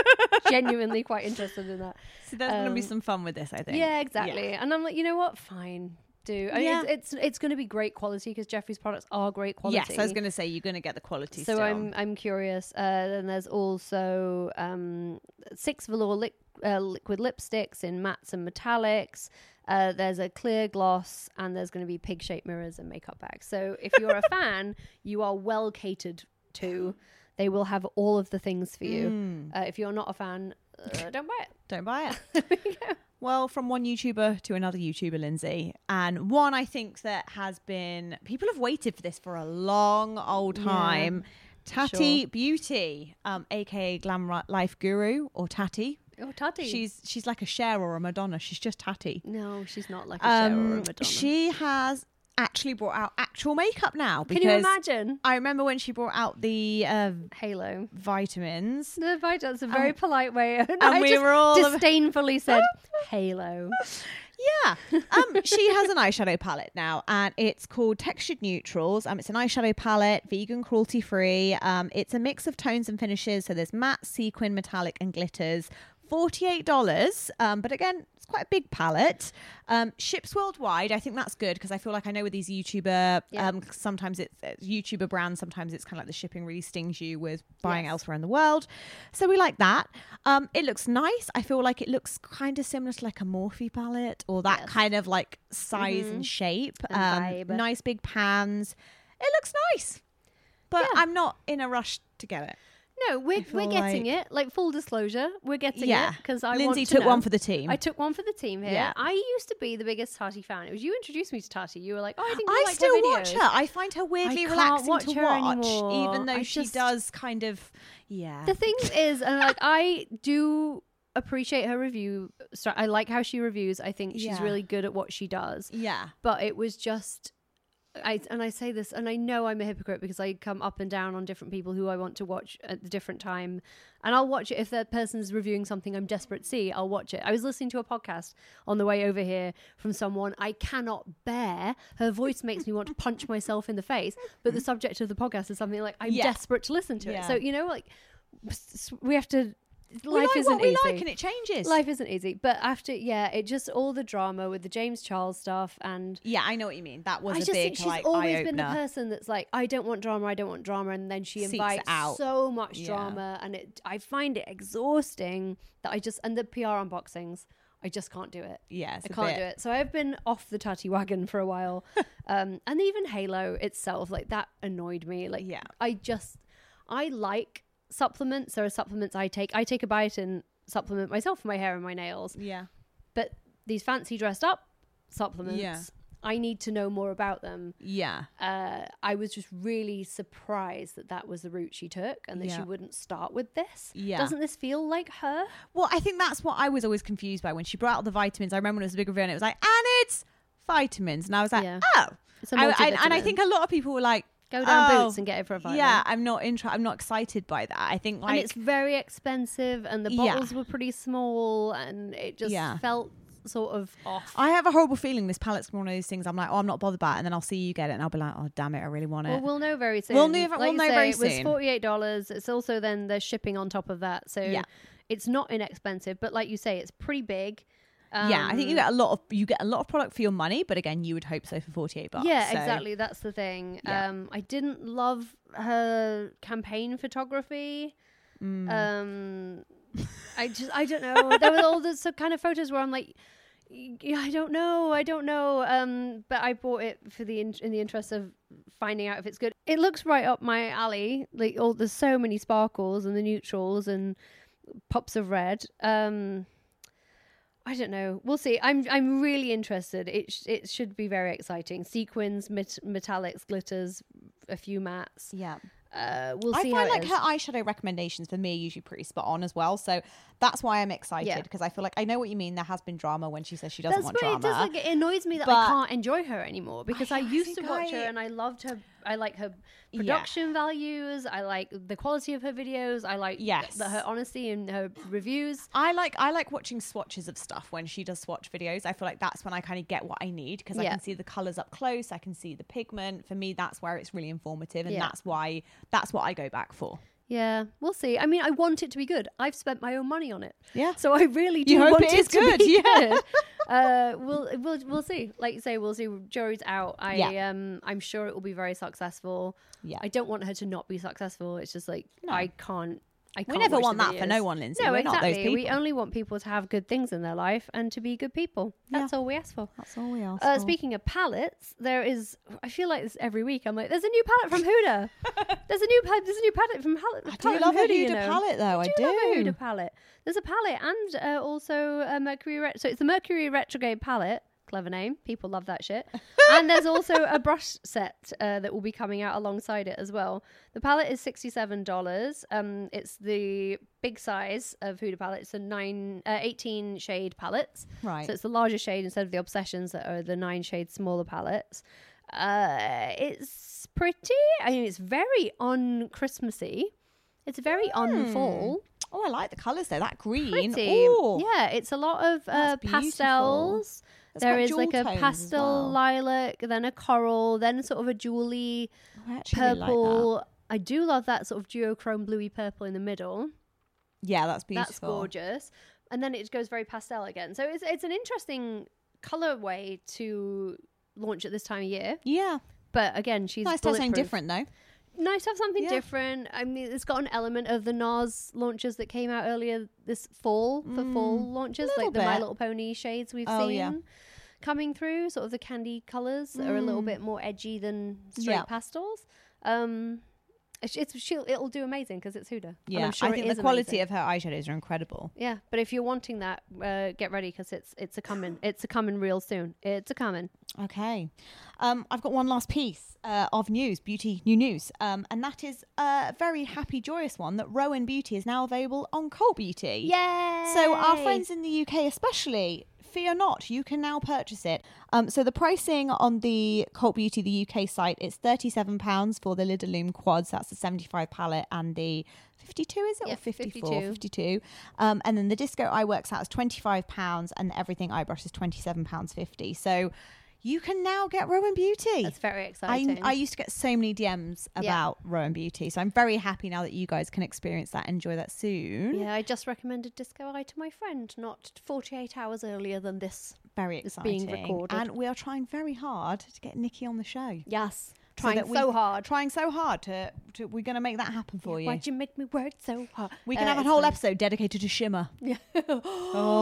S3: Genuinely quite interested in that.
S2: so there's going to be
S3: um,
S2: some fun with this, I think.
S3: Yeah, exactly. And I'm like, you know what? Fine. Do. I mean,
S2: Yeah.
S3: it's, it's it's going to be great quality because Jeffrey's products are great quality.
S2: Yes, I was going to say you're going to get the quality.
S3: So
S2: still.
S3: I'm I'm curious. Uh, then there's also um, six velour lic uh, liquid lipsticks in mattes and metallics. Uh, there's a clear gloss, and there's going to be pig shaped mirrors and makeup bags. So if you're a fan, you are well catered to. They will have all of the things for you.
S2: Hmm.
S3: Uh, if you're not a fan, uh, don't buy it.
S2: Don't buy it. well, from one YouTuber to another YouTuber, Lindsay, and one I think that has been people have waited for this for a long old time. Tati
S3: sure.
S2: Beauty, um, aka Glam Ri- Life Guru or Tati.
S3: Oh, Tati.
S2: She's she's like a Cher or a Madonna. She's just Tati.
S3: no, she's not like a Cher or a
S2: Um,
S3: Madonna.
S2: she has actually brought out actual makeup now.
S3: Can
S2: Because
S3: you imagine
S2: I remember when she brought out the uh,
S3: Halo?
S2: vitamins.
S3: No, vi- that's a very polite way. And, I
S2: we
S3: just
S2: were all of-
S3: disdainfully said Halo.
S2: Yeah. Um, she has an eyeshadow palette now, and it's called Textured Neutrals. Um, it's an eyeshadow palette, vegan, cruelty free. Um, it's a mix of tones and finishes. So there's matte, sequin, metallic, and glitters. $48. Um, but again, it's quite a big palette. Um, ships worldwide. I think that's good because I feel like I know with these YouTuber,
S3: Yeah.
S2: um, sometimes it's it's YouTuber brands, sometimes it's kind of like the shipping really stings you with buying elsewhere in the world. So we like that. Um, it looks nice. I feel like it looks kind of similar to like a Morphe palette or that
S3: Yes.
S2: kind of like size and shape.
S3: And
S2: um,
S3: vibe.
S2: nice big pans. It looks nice, but
S3: Yeah.
S2: I'm not in a rush to get it.
S3: No, we're
S2: feel
S3: we're getting
S2: like-
S3: it. Like full disclosure, we're getting
S2: Yeah.
S3: it because I want
S2: Lindsay
S3: to
S2: took one
S3: know.
S2: for the team.
S3: I took one for the team here.
S2: Yeah.
S3: I used to be the biggest Tati fan. It was you introduced me to Tati. You were like, "Oh, I think you
S2: I
S3: liked her
S2: still watch
S3: videos."
S2: her. I find her weirdly
S3: can't
S2: relaxing
S3: watch
S2: to
S3: her
S2: watch,
S3: anymore.
S2: even though
S3: I
S2: she
S3: just-
S2: does kind of, yeah.
S3: The thing is, and like I do appreciate her review. stra- I like how she reviews. I think she's
S2: Yeah.
S3: really good at what she does.
S2: yeah.
S3: but it was just I and I say this and I know I'm a hypocrite because I come up and down on different people who I want to watch at the different time and I'll watch it if that person's reviewing something I'm desperate to see I'll watch it. I was listening to a podcast on the way over here from someone I cannot bear her voice makes me want to punch myself in the face but the subject of the podcast is something like I'm
S2: Yeah.
S3: desperate to listen to it.
S2: Yeah.
S3: So you know like s- s- we have to
S2: we
S3: life
S2: like
S3: isn't
S2: what we
S3: easy.
S2: like and it changes.
S3: Life isn't easy, but after yeah, it just all the drama with the James Charles stuff and
S2: yeah, I know what you mean. That was
S3: I
S2: a
S3: just
S2: big
S3: think she's
S2: like
S3: always been the
S2: eye-opener.
S3: person that's like, I don't want drama, I don't want drama, and then she
S2: Seeks it
S3: invites
S2: out.
S3: so much
S2: Yeah.
S3: drama, and it I find it exhausting that I just and the PR unboxings, I just can't do it.
S2: Yeah, it's
S3: I
S2: a
S3: can't
S2: bit-
S3: do it. So I've been off the tutty wagon for a while, um, and even Halo itself, like that annoyed me. Like,
S2: Yeah.
S3: I just I like supplements. There are supplements I take. I take a biotin supplement myself for my hair and my nails
S2: Yeah.
S3: but these fancy dressed up supplements
S2: Yeah.
S3: i need to know more about them
S2: Yeah.
S3: uh, i was just really surprised that that was the route she took and that she
S2: Yeah.
S3: wouldn't start with this
S2: Yeah.
S3: doesn't this feel like her
S2: Well, I think that's what I was always confused by when she brought out the vitamins. I remember when it was a big reveal and it was like, and it's vitamins, and I was like,
S3: Yeah.
S2: oh.
S3: It's a
S2: I- I- and I
S3: multivitamin.
S2: think a lot of people were like,
S3: Go down
S2: oh,
S3: Boots and get it for a vitamin.
S2: Yeah, I'm not intra- I'm not excited by that. I think like
S3: and it's very expensive, and the
S2: Yeah.
S3: bottles were pretty small, and it just
S2: Yeah.
S3: felt sort of off.
S2: I have a horrible feeling this palette's one of those things. I'm like, oh, I'm not bothered by it, and then I'll see you get it, and I'll be like, oh, damn it, I really want it.
S3: Well, we'll know very soon.
S2: We'll know-
S3: Like
S2: we'll
S3: you
S2: know
S3: say,
S2: very
S3: it
S2: soon.
S3: was forty-eight dollars. It's also then the shipping on top of that, so
S2: Yeah.
S3: it's not inexpensive. But like you say, it's pretty big.
S2: yeah, I think you
S3: Um,
S2: get a lot of you get a lot of product for your money, but again, you would hope so for 48 bucks.
S3: Yeah,
S2: so-
S3: exactly. That's the thing.
S2: Yeah.
S3: Um, I didn't love her campaign photography.
S2: Mm.
S3: Um, I just, I don't know. there were all those so- kind of photos where I'm like, yeah, I don't know, I don't know. Um, but I bought it for the in, in the interest of finding out if it's good. It looks right up my alley. Like, all there's so many sparkles and the neutrals and pops of red. Um, I don't know. We'll see. I'm I'm really interested. It sh- it should be very exciting. Sequins, met- metallics, glitters, a few mattes.
S2: Yeah.
S3: Uh, we'll
S2: I
S3: see
S2: find
S3: how
S2: like
S3: it is.
S2: her eyeshadow recommendations for me are usually pretty spot on as well. So that's why I'm
S3: Yeah.
S2: excited because I feel like I know what you mean. There has been drama when she says she doesn't
S3: That's
S2: want
S3: what it
S2: drama.
S3: does. Like, it annoys me that
S2: But-
S3: I can't enjoy her anymore because I,
S2: yeah, I
S3: used to
S2: think
S3: watch
S2: I-
S3: her and I loved her. I like her
S2: Yeah.
S3: production values. I like the quality of her videos. I like
S2: Yes.
S3: the, her honesty and her reviews.
S2: I like I like watching swatches of stuff when she does swatch videos. I feel like that's when I kind of get what I need because I
S3: Yeah.
S2: can see the colors up close, I can see the pigment. For me, that's where it's really informative, and
S3: Yeah.
S2: that's why that's what I go back for.
S3: Yeah, we'll see. I mean, I want it to be good. I've spent my own money on it.
S2: Yeah.
S3: So I really do
S2: You hope
S3: want
S2: it
S3: it,
S2: is
S3: to
S2: good,
S3: be
S2: yeah.
S3: good. Uh, we'll we'll we'll see. Like you say, we'll see. Jury's out. I
S2: Yeah.
S3: um, I'm sure it will be very successful.
S2: Yeah.
S3: I don't want her to not be successful. It's just like I can't. I
S2: We
S3: can't
S2: never
S3: watch the
S2: want that for
S3: videos.
S2: no one, Lindsay.
S3: No,
S2: We're not
S3: exactly.
S2: those people.
S3: We um, only want people to have good things in their life and to be good people. That's all we ask for.
S2: That's all we ask.
S3: Uh, speaking of palettes, there is. I feel like this every week. I'm like, there's a new palette from Huda. there's a new. pa- There's a new palette from Hal-
S2: I
S3: palette
S2: do
S3: from
S2: love a
S3: Huda, you
S2: Huda
S3: know.
S2: palette though. I do.
S3: love a Huda palette. There's a palette and uh, also a Mercury. Ret- so it's the Mercury retrograde palette. Clever name. People love that shit. and there's also a brush set uh, that will be coming out alongside it as well. The palette is sixty-seven dollars. Um, it's the big size of Huda palette. It's a nine, uh, 18 shade palettes.
S2: Right.
S3: So it's the larger shade instead of the obsessions that are the nine shade smaller palettes. Uh, it's pretty. I mean, it's very on Christmassy. It's very
S2: Hmm.
S3: on fall.
S2: Oh, I like the colours though. That green.
S3: Pretty.
S2: Ooh.
S3: Yeah, it's a lot of uh,
S2: That's beautiful.
S3: pastels.
S2: It's
S3: There
S2: got
S3: is like
S2: jewel
S3: a
S2: tones as
S3: pastel
S2: well.
S3: lilac, then a coral, then sort of a jewelly
S2: I actually really like that.
S3: purple. I do love that sort of duochrome bluey purple in the middle.
S2: Yeah, that's beautiful.
S3: That's gorgeous. And then it goes very pastel again. So it's it's an interesting colorway to launch at this time of year.
S2: Yeah.
S3: But again, she's
S2: nice to have something
S3: bulletproof.
S2: different though.
S3: Nice to have something
S2: Yeah.
S3: different. I mean, it's got an element of the NARS launches that came out earlier this fall for fall launches,
S2: Mm. little
S3: like the My
S2: bit.
S3: Little Pony shades we've
S2: Oh,
S3: seen
S2: yeah.
S3: coming through. Sort of the candy colors are a little bit more edgy than straight
S2: Mm. Yeah.
S3: pastels. Um, it's, it's she'll, it'll do amazing because it's Huda. And
S2: Yeah.
S3: I'm sure
S2: I
S3: it
S2: think
S3: is
S2: the quality
S3: amazing.
S2: of her eyeshadows are incredible.
S3: Yeah, but if you're wanting that, uh, get ready because it's it's a coming. It's a coming real soon. It's a coming.
S2: Okay. Um, I've got one last piece uh, of news, beauty new news, um, and that is a very happy, joyous one that Rowan Beauty is now available on Cult Beauty.
S3: Yay!
S2: So our friends in the UK, especially, fear not, you can now purchase it. Um, so the pricing on the Cult Beauty the UK site it's thirty seven pounds for the Lidaloom quads. That's the seventy five palette and the fifty two is it
S3: Yeah,
S2: or 54?
S3: 52.
S2: 52. Um, and then the Disco Eye Works out is twenty five pounds, and the Everything Eye Brush is twenty seven pounds fifty. So you can now get Rowan Beauty.
S3: That's very
S2: I,
S3: exciting.
S2: I used to get so many DMs about Rowan Beauty, so I'm very happy now that you guys can experience that, enjoy that soon.
S3: yeah, I just recommended Disco Eye to my friend, not 48 hours earlier than this.
S2: very
S3: It's
S2: exciting.
S3: being recorded.
S2: And we are trying very hard to get Nikki on the show.
S3: Yes,
S2: So
S3: trying
S2: that
S3: so,
S2: we-
S3: hard.
S2: Trying so hard to, to we're going to make that happen for you.
S3: Why'd you make me work so hard?
S2: We can
S3: Uh,
S2: have a
S3: it's
S2: whole
S3: fine.
S2: episode dedicated to Shimmer.
S3: Yeah.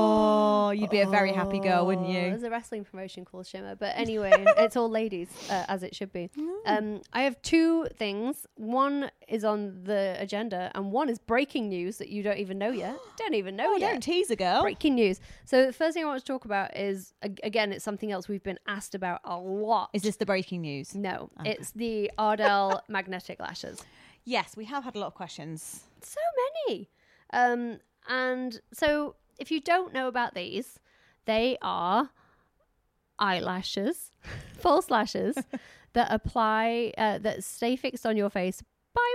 S2: Oh, you'd be a very happy girl, wouldn't
S3: Oh,
S2: you?
S3: There's a wrestling promotion called Shimmer, but anyway, it's all ladies uh, as it should be.
S2: Mm.
S3: Um, I have two things. One is on the agenda, and one is breaking news that you don't even know yet. Don't even know
S2: Oh,
S3: yet.
S2: don't tease a girl.
S3: Breaking news. So the first thing I want to talk about is ag- again, it's something else we've been asked about a lot.
S2: Is this the breaking news?
S3: no, it's the Ardell magnetic lashes.
S2: Yes, we have had a lot of questions.
S3: So many. Um, and so if you don't know about these, they are eyelashes, false lashes that apply uh, that stay fixed on your face by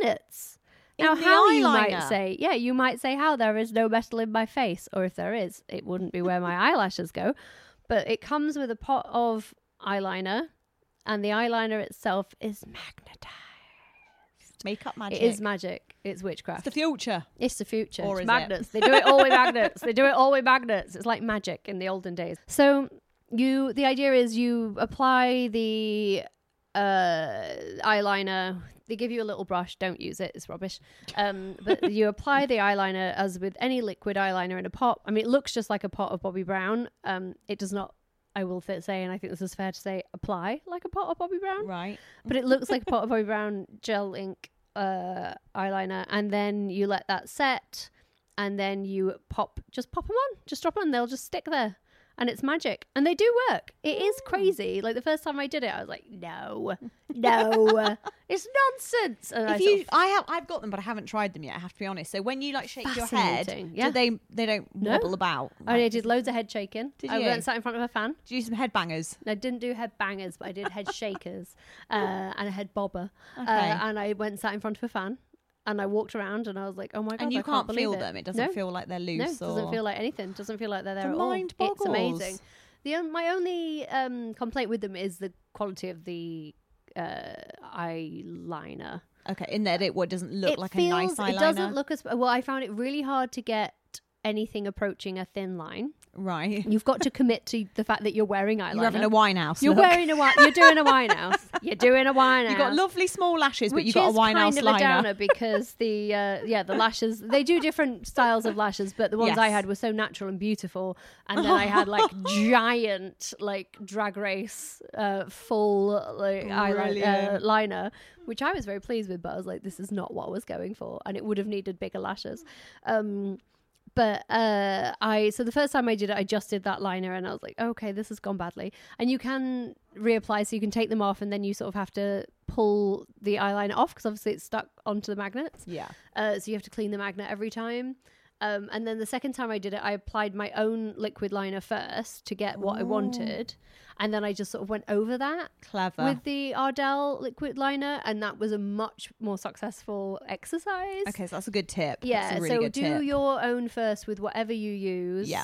S3: magnets.
S2: In
S3: now,
S2: the
S3: how you might
S2: eyeliner.
S3: say, yeah, you might say how there is no metal in my face, or if there is, it wouldn't be where my eyelashes go. But it comes with a pot of eyeliner, and the eyeliner itself is magnetized.
S2: Makeup magic.
S3: It is magic. It's witchcraft.
S2: It's the future.
S3: It's the future.
S2: Or
S3: It's
S2: is it?
S3: magnets. They do it all with magnets. They do it all with magnets. It's like magic in the olden days. So you, the idea is you apply the uh, eyeliner. They give you a little brush. Don't use it. It's rubbish. Um, but you apply the eyeliner as with any liquid eyeliner in a pot. I mean, it looks just like a pot of Bobby Brown. Um, it does not. I will fit say, and I think this is fair to say, apply like a pot of Bobby Brown
S2: Right.
S3: but it looks like a pot of Bobbi Brown gel ink uh, eyeliner, and then you let that set, and then you pop, just pop them on, just drop 'em on, they'll just stick there, and it's magic, and they do work. It is crazy. Like the first time I did it, I was like, no, no, it's nonsense. And I
S2: If
S3: sort
S2: you,
S3: of-
S2: I have, I've got them, but I haven't tried them yet. I have to be honest. So when you like shake your head,
S3: Fascinating,
S2: do
S3: yeah.
S2: they they don't
S3: No.
S2: wobble about?
S3: I
S2: Like,
S3: did loads of head shaking.
S2: Did
S3: I
S2: you?
S3: went sat in front of a fan.
S2: do you do some headbangers?
S3: I didn't do head bangers, but I did head shakers uh, and a head bobber. Uh,
S2: Okay.
S3: and I went and sat in front of a fan and I walked around and I was like, oh my God.
S2: and you
S3: I
S2: can't,
S3: believe
S2: feel
S3: it.
S2: them. It doesn't
S3: no,
S2: feel like they're
S3: No,
S2: loose.
S3: doesn't
S2: or...
S3: feel like anything. Doesn't feel like they're there
S2: The
S3: at
S2: mind
S3: all. It's amazing.
S2: boggles.
S3: The on- My only um, complaint with them is the quality of the uh, eyeliner.
S2: Okay, in that it what doesn't look
S3: Uh, it
S2: like
S3: feels,
S2: a nice eyeliner.
S3: It doesn't look as well. I found it really hard to get anything approaching a thin line.
S2: right.
S3: You've got to commit to the fact that you're wearing eyeliner.
S2: You're having a wine house.
S3: You're wearing a wine. You're doing a wine house. You're doing a wine house.
S2: You've got lovely small lashes, but
S3: Which
S2: you've got a
S3: is
S2: wine
S3: kind
S2: house
S3: of a
S2: liner.
S3: downer because the uh, yeah the lashes they do different styles of lashes, but the ones I
S2: Yes.
S3: had were so natural and beautiful, and then I had like giant like drag race uh, full like eyeliner uh,
S2: Brilliant.
S3: liner, which I was very pleased with, but I was like this is not what I was going for, and it would have needed bigger lashes. Um, but uh i so the first time i did it i just did that liner and i was like okay this has gone badly and you can reapply so you can take them off and then you sort of have to pull the eyeliner off because obviously it's stuck onto the magnets
S2: Yeah.
S3: uh, so you have to clean the magnet every time um, and then the second time i did it i applied my own liquid liner first to get what i wanted and then i just sort of went over that
S2: Clever.
S3: with the ardell liquid liner and that was a much more successful exercise
S2: okay, so that's a good tip. That's a
S3: yeah,
S2: really
S3: so
S2: good
S3: do
S2: tip.
S3: your own first with whatever you use.
S2: Yeah.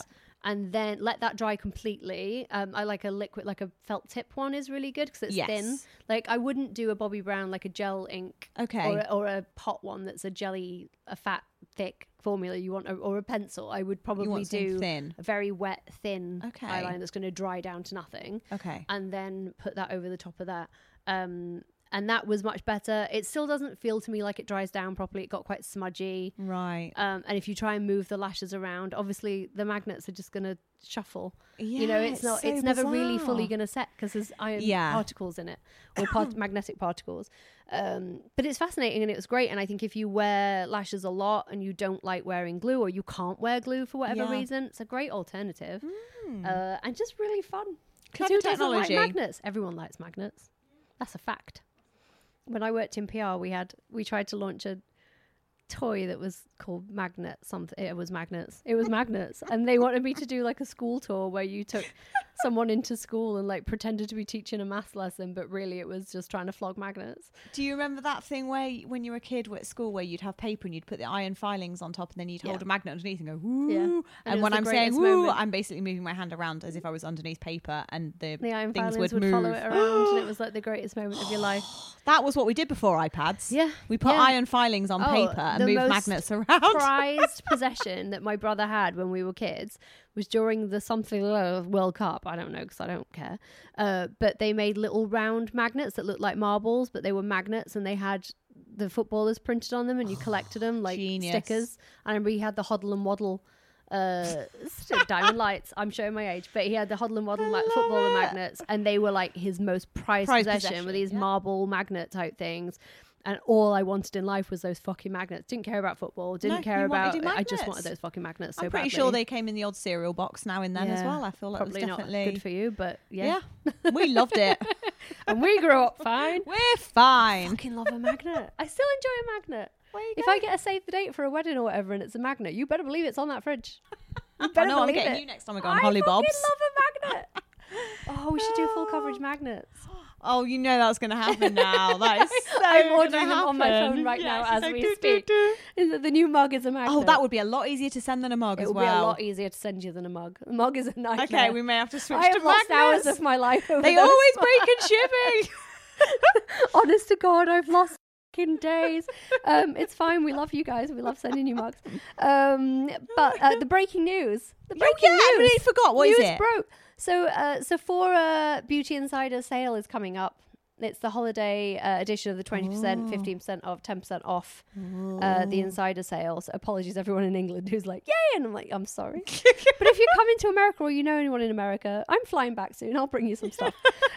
S3: And then let that dry completely. Um, I like a liquid, like a felt tip one is really good because it's thin.
S2: Yes.
S3: Like I wouldn't do a Bobby Brown like a gel ink,
S2: Okay.
S3: or a, or a pot one that's a jelly, a fat, thick formula. You want, or a pencil. I would probably
S2: you want something
S3: do
S2: thin.
S3: a very wet, thin
S2: Okay.
S3: eyeliner that's going to dry down to nothing
S2: Okay.
S3: and then put that over the top of that. Um, and that was much better. It still doesn't feel to me like it dries down properly. It got quite smudgy.
S2: Right.
S3: Um, and if you try and move the lashes around, obviously the magnets are just going to shuffle.
S2: Yeah,
S3: you know, it's, not,
S2: so
S3: it's never really
S2: bizarre.
S3: fully going to set because there's iron
S2: Yeah.
S3: particles in it or part- magnetic particles. Um, but it's fascinating and it was great. And I think if you wear lashes a lot and you don't like wearing glue or you can't wear glue for whatever
S2: Yeah.
S3: reason, it's a great alternative uh, and just really fun. Because
S2: Clever
S3: who doesn't like
S2: Mm. technology.
S3: magnets? Everyone likes magnets. That's a fact. When I worked in PR, we had we tried to launch a toy that was called Magnet something. It was magnets. It was magnets, and they wanted me to do like a school tour where you took someone into school and like pretended to be teaching a math lesson, but really it was just trying to flog magnets.
S2: Do you remember that thing where y- when you were a kid were at school where you'd have paper and you'd put the iron filings on top and then you'd
S3: Yeah.
S2: hold a magnet underneath and go woo?
S3: Yeah. And
S2: And,
S3: it was
S2: when
S3: the
S2: I'm saying
S3: greatest
S2: woo,
S3: moment.
S2: I'm basically moving my hand around as if I was underneath paper and the,
S3: The iron
S2: things
S3: filings
S2: would,
S3: would,
S2: move.
S3: follow it around, and it was like the greatest moment of your life.
S2: That was what we did before iPads.
S3: Yeah,
S2: We put
S3: yeah.
S2: iron filings on
S3: Oh,
S2: paper and
S3: the
S2: moved
S3: most
S2: magnets around.
S3: prized possession that my brother had when we were kids was during the something uh, World Cup. I don't know because I don't care. Uh, but they made little round magnets that looked like marbles, but they were magnets and they had the footballers printed on them and you collected them like
S2: Genius.
S3: stickers. I remember he had the Hoddle and Waddle. Uh, st- diamond lights. I'm showing my age, but he had the Hoddle and Waddle like footballer magnets, and they were like his most prized,
S2: Prized
S3: possession,
S2: possession,
S3: Were these
S2: yeah.
S3: marble magnet type things. And all I wanted in life was those fucking magnets. Didn't care about football. Didn't
S2: No,
S3: care
S2: you wanted
S3: about.
S2: your
S3: I just
S2: magnets.
S3: wanted those fucking magnets. So
S2: I'm pretty
S3: badly.
S2: sure they came in the old cereal box now and then as
S3: Yeah,
S2: well. I feel like
S3: probably
S2: it was
S3: not
S2: definitely
S3: good for you, but yeah.
S2: yeah. we loved it.
S3: and we grew up fine.
S2: We're fine.
S3: fucking love a magnet. I still enjoy a magnet.
S2: There you
S3: If
S2: go.
S3: I get a save the date for a wedding or whatever, and it's a magnet, you better believe it's on that fridge. You
S2: I
S3: better
S2: know I'm
S3: believe
S2: getting
S3: it.
S2: you next time I go on
S3: I
S2: Holly Bob's.
S3: fucking love a magnet. Oh, we should do full coverage magnets.
S2: Oh, you know that's going to happen now. That is so
S3: I'm
S2: gonna
S3: ordering them on my
S2: happen.
S3: phone right
S2: Yeah,
S3: now
S2: she's
S3: as
S2: like,
S3: we
S2: "Do, do,
S3: speak."
S2: do."
S3: Is that the new mug is a magnet?
S2: Oh, that would be a lot easier to send than a mug
S3: It
S2: as
S3: would
S2: well.
S3: be a lot easier to send you than a mug. A mug is a nightmare.
S2: Okay, we may have to switch
S3: I have
S2: to
S3: lost
S2: magnets.
S3: hours of my life. Over
S2: they
S3: those
S2: always
S3: mugs.
S2: break in shipping.
S3: Honest to God, I've lost fucking days. Um, it's fine. We love you guys. We love sending you mugs. Um, but uh, the breaking news. The
S2: Oh,
S3: breaking
S2: yeah, I
S3: news.
S2: really forgot. What is
S3: news
S2: it?
S3: broke. So uh, Sephora Beauty Insider sale is coming up. It's the holiday uh, edition of the 20%,
S2: Oh.
S3: 15% off, 10% off uh, the insider sales. Apologies, everyone in England who's like, yay! And I'm like, I'm sorry. but if you're coming to America or you know anyone in America, I'm flying back soon. I'll bring you some stuff.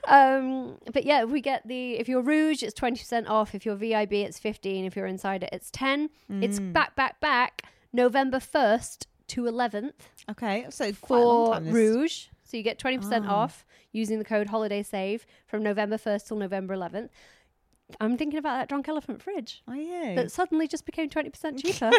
S3: um, but yeah, we get the, if you're Rouge, it's 20% off. If you're VIB, it's 15. If you're Insider, it's 10. It's
S2: Hmm.
S3: back, back, back, November 1st to 11th
S2: okay, so quite a long
S3: for
S2: time. this- Ah.
S3: Rouge. So you get 20% off using the code holiday save from November 1st till November 11th. I'm thinking about that drunk elephant fridge
S2: Are you?
S3: that suddenly just became 20% cheaper.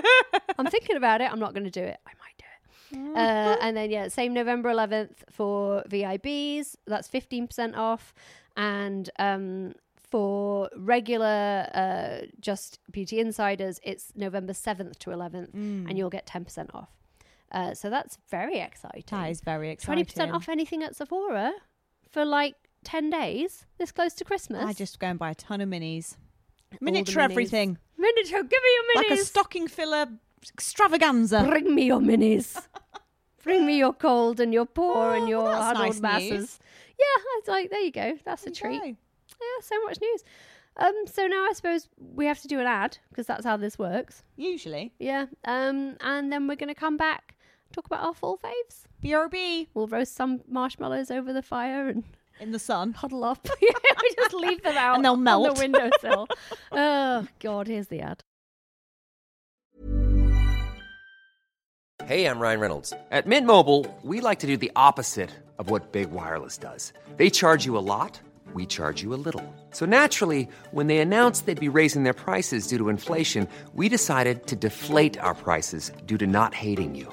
S3: I'm thinking about it. I'm not going to do it. I might do it.
S2: Oh,
S3: Uh, and then, yeah, same November 11th for VIBs. That's 15% off. And um, for regular uh, Just Beauty Insiders, it's November 7th to 11th,
S2: Hmm.
S3: and you'll get 10% off. Uh, so that's very exciting.
S2: that is very
S3: Twenty
S2: exciting.
S3: percent off anything at Sephora for like ten days, this close to Christmas.
S2: I just go and buy a ton of minis.
S3: the
S2: Miniature
S3: minis.
S2: everything.
S3: miniature. Give me your minis.
S2: Like a stocking filler extravaganza.
S3: Bring me your minis. Bring me your cold and your poor
S2: Oh,
S3: and your
S2: well, that's
S3: huddled
S2: nice
S3: masses.
S2: news.
S3: Yeah, it's like there you go. That's a treat.
S2: Okay.
S3: Yeah, so much news. Um, so now I suppose we have to do an ad because that's how this works.
S2: Usually.
S3: Yeah. Um, and then we're gonna come back talk about our fall faves.
S2: BRB
S3: We'll roast some marshmallows over the fire and
S2: in the sun.
S3: huddle up. yeah, we just leave them out
S2: And they'll
S3: on
S2: melt.
S3: the windowsill. oh God, here's the ad.
S4: Hey, I'm Ryan Reynolds. At Mint Mobile, we like to do the opposite of what Big Wireless does. They charge you a lot, we charge you a little. So naturally, when they announced they'd be raising their prices due to inflation, we decided to deflate our prices due to not hating you.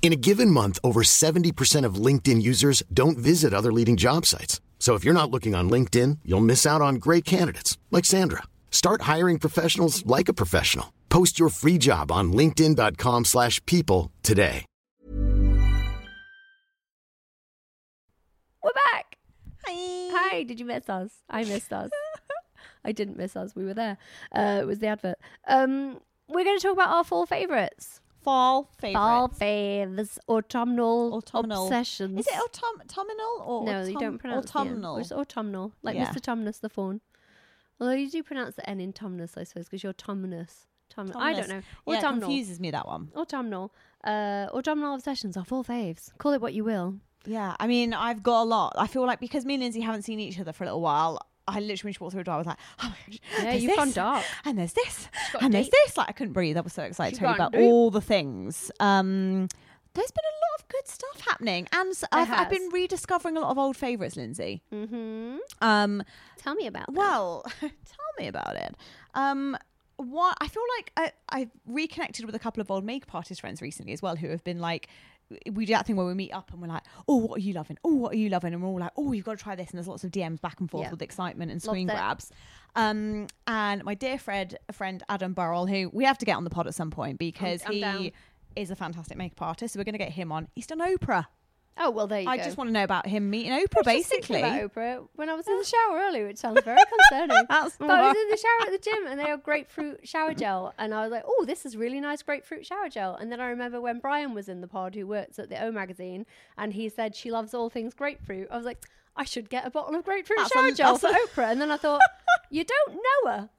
S5: In a given month, over 70% of LinkedIn users don't visit other leading job sites. So if you're not looking on LinkedIn, you'll miss out on great candidates like Sandra. Start hiring professionals like a professional. Post your free job on linkedin.com/people slash people today.
S3: We're back. Hi, did you miss us? I missed us. I didn't miss us. We were there. Uh, it was the advert. Um, we're going to talk about our fall favorites.
S2: Fall favorite.
S3: Fall faves, autumnal,
S2: Autumnal.
S3: obsessions.
S2: Is it autum- autumnal or
S3: no, you
S2: autum-
S3: don't pronounce the N.
S2: autumnal?
S3: It's autumnal, like
S2: Yeah.
S3: Mr. Tumnus the fawn. Although you do pronounce the N in Tumnus, I suppose, because you're Tumnus. Tum- I don't know.
S2: Autumnus. Yeah, it
S3: Autumnal.
S2: confuses me that one.
S3: autumnal. Uh, autumnal obsessions are fall faves. Call it what you will.
S2: Yeah, I mean, I've got a lot. I feel like because me and Lindsay haven't seen each other for a little while, I literally just walked through a door. I was like, oh my gosh.
S3: Yeah,
S2: there's
S3: you've gone
S2: this,
S3: dark.
S2: And there's this.
S3: got
S2: And there's
S3: deep.
S2: this. Like, I couldn't breathe. I was so excited
S3: She's
S2: to tell you
S3: gone
S2: about
S3: deep.
S2: all the things. Um, there's been a lot of good stuff happening. And s- I've, I've been
S3: has.
S2: rediscovering a lot of old favourites, Lindsay.
S3: Mm-hmm.
S2: Um,
S3: Tell me about that.
S2: well, tell me about it. Um, what I feel like I, I've reconnected with a couple of old makeup artist friends recently as well, who have been like, we do that thing where we meet up and we're like, oh, what are you loving? Oh, what are you loving? And we're all like, oh, you've got to try this. And there's lots of DMs back and forth
S3: Yeah.
S2: with excitement and
S3: Love
S2: screen
S3: that.
S2: grabs. Um, and my dear Fred, friend Adam Burrell, who we have to get on the pod at some point because
S3: I'm
S2: he
S3: down.
S2: is a fantastic makeup artist. So we're going to get him on. He's done Oprah.
S3: Oh well, there you
S2: I
S3: go.
S2: just want to know about him meeting Oprah,
S3: I was just
S2: basically.
S3: thinking about Oprah when I was in the shower earlier, which sounds very concerning.
S2: That's
S3: but I was
S2: why.
S3: in the shower at the gym and they had grapefruit shower gel, and I was like, "Oh, this is really nice grapefruit shower gel." And then I remember when Brian was in the pod, who works at the O magazine, and he said she loves all things grapefruit. I was like, "I should get a bottle of grapefruit
S2: That's
S3: shower
S2: un-
S3: gel for
S2: that's un-
S3: Oprah." And then I thought, "You don't know her.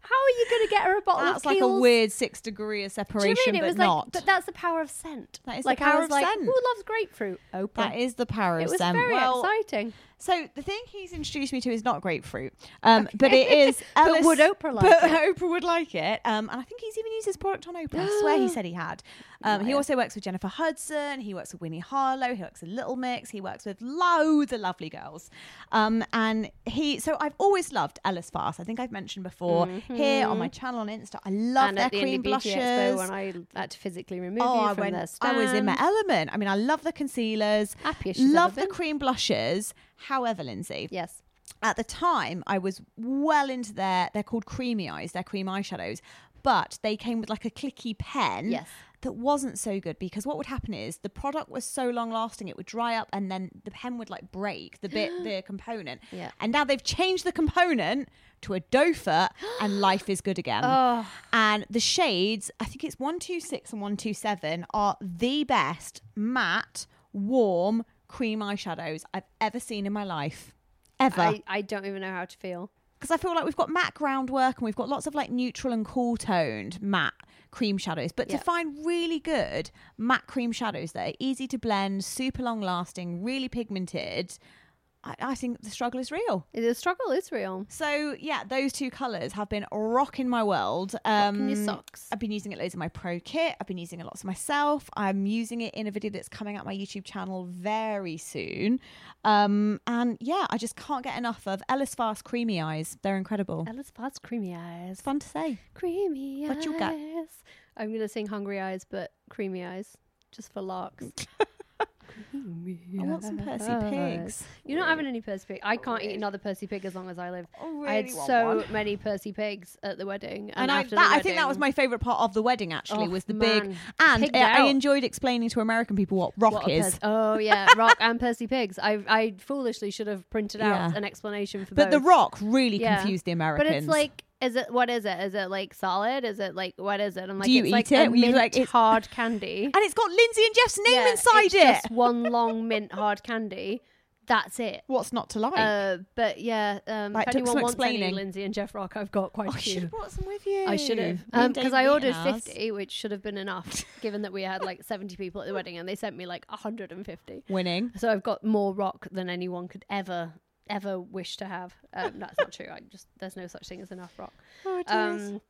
S3: How are you going to get her a bottle
S2: That's
S3: of
S2: like a
S3: Kiehl's?"
S2: weird six degree of
S3: Do you
S2: separation,
S3: mean it
S2: but
S3: was
S2: not.
S3: like? But that's the power of scent.
S2: That is the
S3: like I
S2: power
S3: was
S2: of
S3: like,
S2: scent.
S3: "Who loves grapefruit?" Oprah.
S2: That is the power
S3: It
S2: of
S3: was
S2: scent.
S3: very
S2: well,
S3: exciting.
S2: So the thing he's introduced me to is not grapefruit, um, but it is. Ellis,
S3: would Oprah like
S2: but
S3: it?
S2: Oprah would like it, um, and I think he's even used his product on Oprah. I swear he said he had. Um, He also works with Jennifer Hudson. He works with Winnie Harlow. He works with Little Mix. He works with loads of lovely girls. Um, and he, so I've always loved Ellis Fast. I think I've mentioned before here on my channel on Insta. I love
S3: Mm-hmm. and
S2: their
S3: at the
S2: cream
S3: indie beauty expo
S2: blushes. Oh,
S3: when I had to physically remove you from their stand. Um,
S2: I was in my element. I mean, I love the concealers,
S3: Happiest she's
S2: love
S3: ever
S2: the
S3: been.
S2: cream blushes. However, Lindsay,
S3: Yes.
S2: at the time, I was well into their. They're called creamy eyes. They're cream eyeshadows, but they came with like a clicky pen.
S3: Yes.
S2: That wasn't so good because what would happen is the product was so long lasting it would dry up and then the pen would like break the bit the component.
S3: Yeah.
S2: And now they've changed the component to a dofer and life is good again. And the shades, I think it's 126 and 127, are the best matte, warm cream eyeshadows I've ever seen in my life. Ever.
S3: I, I don't even know how to feel.
S2: Because I, feel like we've got matte groundwork and we've got lots of like neutral and cool toned matte cream shadows. But
S3: Yeah.
S2: to find really good matte cream shadows that are easy to blend, super long lasting, really pigmented, I, I think the struggle is real.
S3: The struggle is real.
S2: So yeah, those two colours have been rocking my world. Um,
S3: Rocking your socks.
S2: I've been using it loads in my pro kit. I've been using it lots myself. I'm using it in a video that's coming out my YouTube channel very soon. Um, and yeah, I just can't get enough of Ellis Fast Creamy Eyes. They're incredible.
S3: Ella's Fast Creamy Eyes.
S2: It's Oh. fun to say.
S3: Creamy
S2: What
S3: eyes.
S2: you got?
S3: I'm gonna sing Hungry Eyes, but Creamy Eyes, just for larks. Creamy
S2: I want some Percy
S3: Oh,
S2: Pigs.
S3: You're not having any Percy Pig. I can't eat another Percy Pig as long as I live.
S2: I
S3: I had
S2: Oh, really want
S3: so
S2: one.
S3: many Percy Pigs at the wedding,
S2: And
S3: and,
S2: I,
S3: after
S2: that,
S3: the
S2: I think that was
S3: wedding-
S2: my favourite part of the wedding, actually,
S3: Oh,
S2: was the big.
S3: man.
S2: And
S3: Pigged
S2: I, I
S3: out.
S2: enjoyed explaining to American people what rock
S3: What a
S2: is.
S3: Pers- oh yeah, Rock and Percy Pigs. I I foolishly should have printed out
S2: Yeah.
S3: an explanation for
S2: but the
S3: both.
S2: rock really
S3: Yeah.
S2: confused the Americans.
S3: But it's like, is it what is it? Is it like solid? Is it like what is it? I'm like,
S2: you
S3: it's
S2: eat
S3: like
S2: it?
S3: a
S2: Were you
S3: mint
S2: like, it's-
S3: hard candy.
S2: and it's got Lindsay and Jeff's name
S3: Yeah,
S2: inside
S3: it's
S2: it.
S3: Just one long mint hard candy. That's it.
S2: What's not to like?
S3: Uh, but yeah, um,
S2: Right, took
S3: if
S2: some
S3: anyone wants any
S2: explaining.
S3: Lindsay and Jeff Rock, I've got quite
S2: I
S3: a
S2: should
S3: few.
S2: have brought some with you.
S3: I should have
S2: Me and
S3: because
S2: Dave
S3: I
S2: beat
S3: ordered
S2: ours.
S3: 50, which should have been enough, given that we had like 70 people at the wedding, and they sent me like 150.
S2: Winning.
S3: So I've got more rock than anyone could ever ever wish to have. Um, that's not true. I just there's no such thing as enough rock. Um,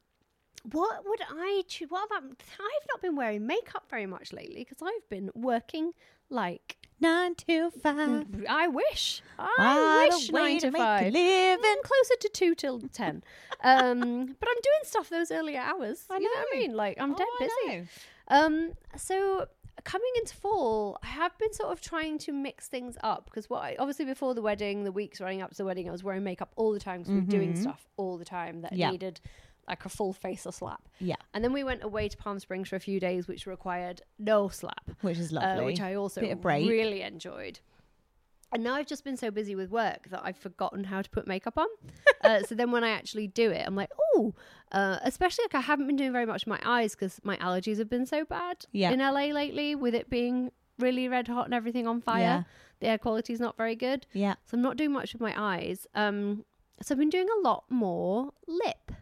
S3: what would I choose? What about? I've not been wearing makeup very much lately because I've been working like
S2: Nine to five.
S3: I wish. I
S2: What a
S3: wish
S2: way
S3: nine
S2: to
S3: to
S2: make a
S3: five.
S2: living.
S3: Mm, closer to two till ten. um, but I'm doing stuff those earlier hours.
S2: I
S3: you know what I
S2: know.
S3: mean? Like I'm
S2: Oh,
S3: dead
S2: I
S3: busy.
S2: know.
S3: Um, so coming into fall, I have been sort of trying to mix things up because what I, obviously before the wedding, the weeks running up to the wedding, I was wearing makeup all the time because we were doing stuff all the time that
S2: Yeah.
S3: needed like a full face of slap.
S2: Yeah.
S3: And then we went away to Palm Springs for a few days, which required no slap,
S2: Which is
S3: uh,
S2: lovely.
S3: which I also
S2: Bit of break.
S3: really enjoyed. And now I've just been so busy with work that I've forgotten how to put makeup on. uh, so then when I actually do it, I'm like, oh, uh, especially like I haven't been doing very much with my eyes because my allergies have been so bad
S2: Yeah.
S3: in LA lately with it being really red hot and everything on fire.
S2: Yeah.
S3: The air quality's not very good.
S2: Yeah.
S3: So I'm not doing much with my eyes. Um, so I've been doing a lot more lip,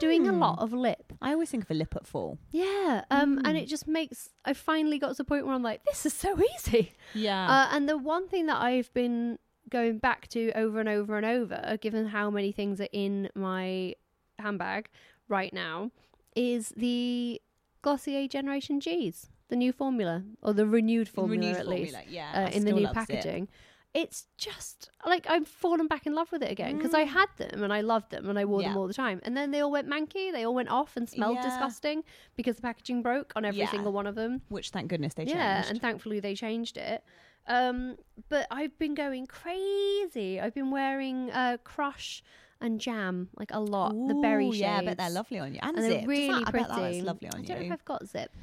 S3: doing a
S2: Hmm.
S3: lot of lip.
S2: I always think of a lip at fall.
S3: Yeah, um, and it just makes. I finally got to the point where I'm like, this is so easy.
S2: Yeah.
S3: Uh, and the one thing that I've been going back to over and over and over, given how many things are in my handbag right now, is the Glossier Generation G's, the new formula or the renewed formula
S2: Renewed
S3: at
S2: formula,
S3: least,
S2: yeah,
S3: uh,
S2: I
S3: in the
S2: still
S3: new
S2: loves it.
S3: packaging. It's just like I've fallen back in love with it again because I had them and I loved them and I wore them
S2: Mm. Yeah.
S3: all the time. And then they all went manky, they all went off and smelled
S2: Yeah.
S3: disgusting because the packaging broke on every
S2: Yeah.
S3: single one of them
S2: which thank goodness they
S3: yeah,
S2: changed.
S3: and thankfully they changed it. Um, but I've been going crazy. I've been wearing uh, Crush and Jam like a lot. the berry
S2: Ooh,
S3: shades.
S2: Yeah, but they're lovely on you. And,
S3: And
S2: zip.
S3: they're
S2: Doesn't
S3: really
S2: that- I
S3: pretty.
S2: bet that's lovely on
S3: I
S2: you. Hmm.
S3: don't know if I've got Zip.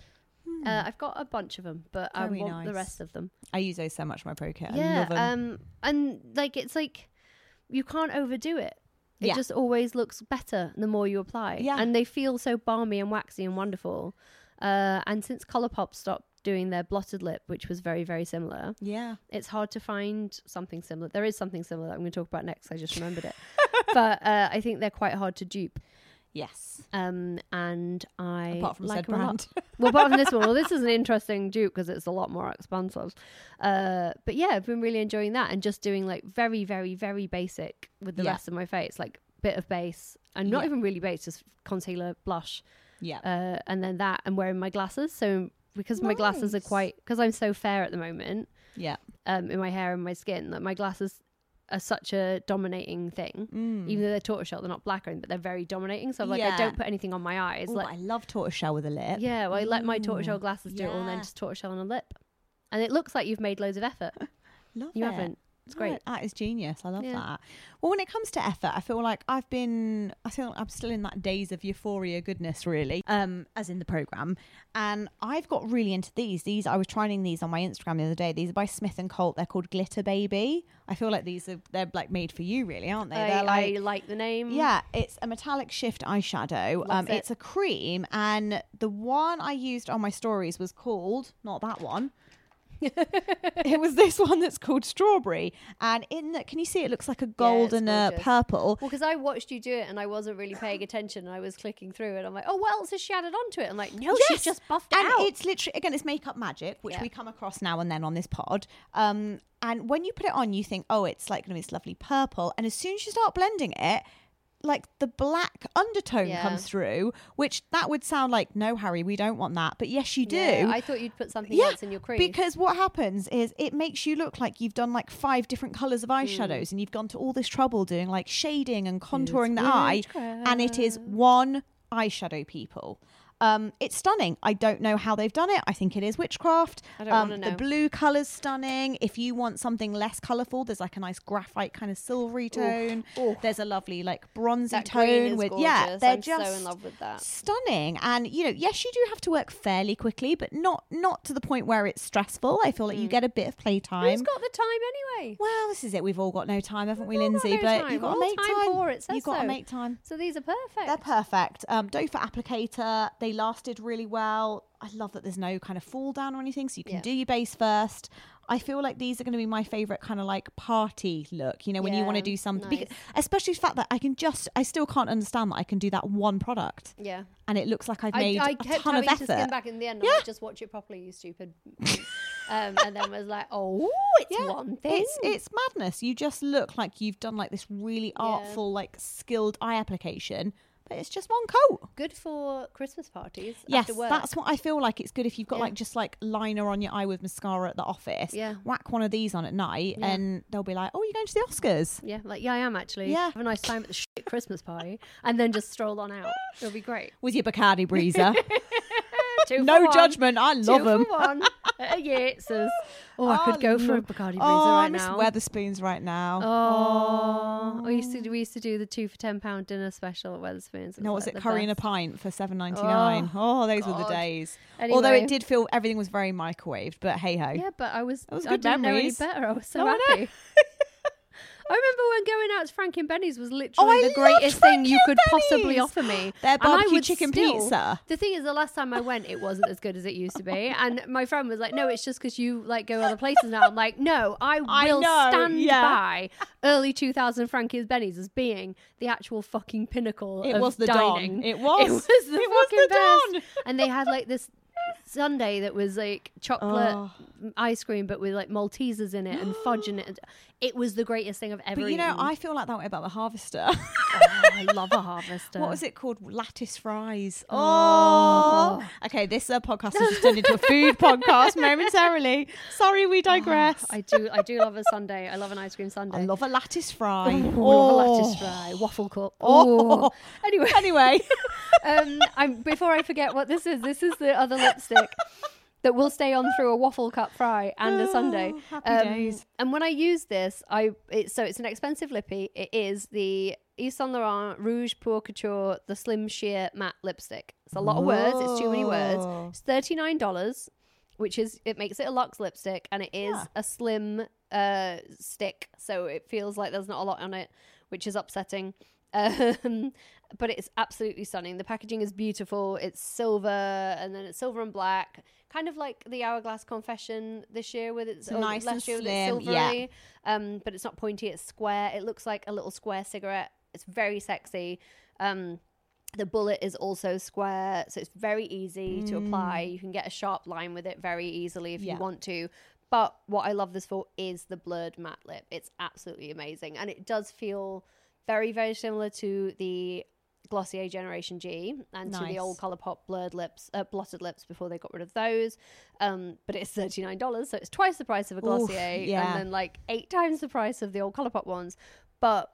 S3: Uh, I've got a bunch of them, but I
S2: Very
S3: want the
S2: nice.
S3: rest of them.
S2: I use those so much in my pro kit. I
S3: yeah,
S2: love 'em.
S3: um, and like it's like you can't overdo it. It
S2: Yeah.
S3: just always looks better the more you apply.
S2: Yeah.
S3: and they feel so balmy and waxy and wonderful. Uh, and since Colourpop stopped doing their blotted lip, which was very very similar,
S2: yeah.
S3: it's hard to find something similar. There is something similar that I'm going to talk about next. I just remembered it. but uh, I think they're quite hard to dupe.
S2: Yes.
S3: Um, and I
S2: Apart from
S3: like
S2: said
S3: them a lot.
S2: brand.
S3: well, apart from this one, well, this is an interesting Duke because it's a lot more expansive. Uh, but yeah, I've been really enjoying that and just doing like very, very, very basic with the
S2: Yeah.
S3: rest of my face, like bit of base and not
S2: Yeah.
S3: even really base, just concealer, blush,
S2: Yeah.
S3: uh, and then that, and wearing my glasses. So because my glasses are
S2: Nice.
S3: quite because I'm so fair at the moment
S2: yeah.
S3: um, in my hair and my skin that my glasses are such a dominating thing. Even though they're tortoiseshell, they're not black or anything, but they're very dominating. So like
S2: Mm. Yeah.
S3: I don't put anything on my eyes.
S2: Ooh,
S3: like
S2: I love tortoiseshell with a lip.
S3: yeah, well, I let my tortoiseshell
S2: Ooh,
S3: glasses do it all and then
S2: yeah.
S3: just tortoiseshell on a lip. And it looks like you've made loads of effort.
S2: Love
S3: You
S2: it.
S3: haven't. It's
S2: No,
S3: great.
S2: That is genius. I love
S3: Yeah.
S2: that. Well, when it comes to effort, I feel like I've been, I feel like I'm still in that days of euphoria goodness, really, um, as in the program. And I've got really into these. These I was trying these on my Instagram the other day. These are by Smith and Colt. They're called Glitter Baby. I feel like these are they're like made for you, really, aren't they?
S3: I,
S2: they're like
S3: I like the name.
S2: yeah, it's a metallic shift eyeshadow. Um,
S3: it.
S2: It's a cream, and the one I used on my stories was called not that one. it was this one that's called strawberry, and in that, can you see? It looks like a gold and a
S3: gorgeous.
S2: purple.
S3: Well, because I watched you do it and I wasn't really paying attention and I was clicking through and I'm like, oh, what else has she added onto it? I'm like, no, she's
S2: Yes!
S3: just buffed it
S2: and
S3: out.
S2: it's literally again, it's makeup magic, which
S3: Yeah.
S2: we come across now and then on this pod. Um, and when you put it on, you think, oh, it's like gonna be this lovely purple, and as soon as you start blending it. Like the black undertone
S3: Yeah.
S2: comes through, which that would sound like no, Harry, we don't want that. But yes, you do.
S3: Yeah, I thought you'd put something else in your crease.
S2: Because what happens is it makes you look like you've done like five different colours of eyeshadows
S3: Hmm.
S2: and you've gone to all this trouble doing like shading and contouring the eye. And it is one eyeshadow, people. Um, it's stunning. I don't know how they've done it. I think it is witchcraft.
S3: I don't
S2: um,
S3: wanna
S2: The
S3: know.
S2: blue colour's stunning. If you want something less colourful, there's like a nice graphite kind of silvery tone. There's a lovely like bronzy
S3: That
S2: tone
S3: green is
S2: with yeah.
S3: gorgeous.
S2: They're
S3: I'm so in
S2: just
S3: love with that.
S2: stunning and you know yes you do have to work fairly quickly but not not to the point where it's stressful i feel like you get a bit of playtime
S3: Mm. Who's got the time anyway?
S2: well this is it we've all got no time haven't we
S3: We've all got
S2: lindsay
S3: no
S2: but
S3: time.
S2: you've got to
S3: All
S2: make
S3: time for it, says
S2: you've got
S3: so.
S2: to make time
S3: So these are perfect.
S2: they're perfect um doe for applicator they lasted really well i love that there's no kind of fall down or anything so you can
S3: Yeah.
S2: do your base first I feel like these are going to be my favorite kind of like party look, you know, when you want to
S3: Yeah,
S2: do something,
S3: nice.
S2: because, especially the fact that I can just, I still can't understand that I can do that one product
S3: Yeah.
S2: and it looks like I've
S3: I,
S2: made
S3: I
S2: a
S3: kept
S2: ton
S3: having
S2: of effort.
S3: to skim back in the end. and like, just watch it properly, you stupid. um, and then was like, oh, it's
S2: Yeah.
S3: one thing.
S2: It's it's madness. You just look like you've done like this really artful, like skilled eye application, but it's just one coat.
S3: good for Christmas parties.
S2: Yes,
S3: after work.
S2: that's what I feel like. It's good if you've got
S3: Yeah.
S2: like just like liner on your eye with mascara at the office.
S3: Yeah.
S2: Whack one of these on at night,
S3: Yeah.
S2: and they'll be like, "Oh, you're going to the Oscars."
S3: Yeah, like yeah, I am actually.
S2: Yeah.
S3: have a nice time at the shit Christmas party, and then just stroll on out. It'll be great.
S2: With your Bacardi breezer,
S3: Two for
S2: no
S3: one.
S2: judgment. I love
S3: Two
S2: them.
S3: for one. Uh, yeah, it says. Oh, I could go for a Bacardi breezer
S2: oh,
S3: right
S2: I miss
S3: now.
S2: Weatherspoons right now.
S3: Oh, we used to we used to do the two for ten pound dinner special at Weatherspoons.
S2: No, was it
S3: like the
S2: curry and a
S3: best.
S2: pint for seven ninety nine? Oh, those were the
S3: God.
S2: days. Although
S3: Anyway.
S2: it did feel everything was very microwaved, but hey ho.
S3: Yeah, but I was,
S2: That was
S3: I
S2: good
S3: didn't
S2: memories.
S3: know any better. I was so
S2: No, I know.
S3: happy. I remember when going out to Frank and Benny's was literally
S2: Oh, I
S3: the
S2: loved
S3: greatest thing you
S2: Frank
S3: could
S2: and
S3: possibly
S2: Benny's.
S3: offer me.
S2: Their
S3: And I
S2: barbecue
S3: would
S2: chicken pizza.
S3: The thing is, the last time I went, it wasn't as good as it used to be. And my friend was like, "No, it's just because you like go other places now." I'm like, "No, I will
S2: I know,
S3: stand
S2: yeah.
S3: by early 2000 Frank and Benny's as being the actual fucking pinnacle
S2: It
S3: of
S2: was the dawn.
S3: dining.
S2: It was.
S3: It was the
S2: It was the
S3: fucking
S2: dawn.
S3: best. And they had like this Sunday that was like chocolate
S2: Oh.
S3: m- ice cream, but with like Maltesers in it and fudge in it. And It was the greatest thing I've ever.
S2: But you know,
S3: eaten.
S2: I feel like that way about the harvester.
S3: Oh, I love a harvester.
S2: what was it called? Lattice fries. Oh. Okay, this uh, podcast has just turned into a food podcast momentarily. Sorry, we digress.
S3: Ah, I do. I do love a Sunday. I love an ice cream Sunday.
S2: I love a lattice fry.
S3: Ooh, love a lattice fry, waffle cup.
S2: Oh.
S3: Oh, anyway,
S2: Anyway,
S3: um, I'm, before I forget what this is, this is the other lipstick that will stay on through a waffle cup fry and a Sunday. Um,
S2: Oh, happy days.
S3: And when I use this, I it, so it's an expensive lippy. It is the Yves Saint Laurent Rouge Pour Couture, the Slim Sheer Matte Lipstick. It's a lot of words. It's too many words.
S2: Whoa.
S3: It's thirty nine dollars, which is it makes it a luxe lipstick, and it is a slim uh stick, so it feels like there's not a lot on it, which is upsetting. Um, but it's absolutely stunning. The packaging is beautiful. It's silver, and then it's silver and black, kind of like the Hourglass Confession this year with its
S2: So
S3: or
S2: nice and
S3: last year with its
S2: slim,
S3: silvery.
S2: yeah.
S3: Um, but it's not pointy. It's square. It looks like a little square cigarette. It's very sexy. Um, The bullet is also square, so it's very easy to apply. You can get a sharp line with it very easily if
S2: Mm. Yeah.
S3: you want to. But what I love this for is the blurred matte lip. It's absolutely amazing. And it does feel very, very similar to the Glossier Generation G and to
S2: Nice.
S3: the old ColourPop blurred lips, uh, blotted lips before they got rid of those. Um, but it's $39, so it's twice the price of a Glossier
S2: yeah.
S3: and then like eight times the price of the old ColourPop ones. But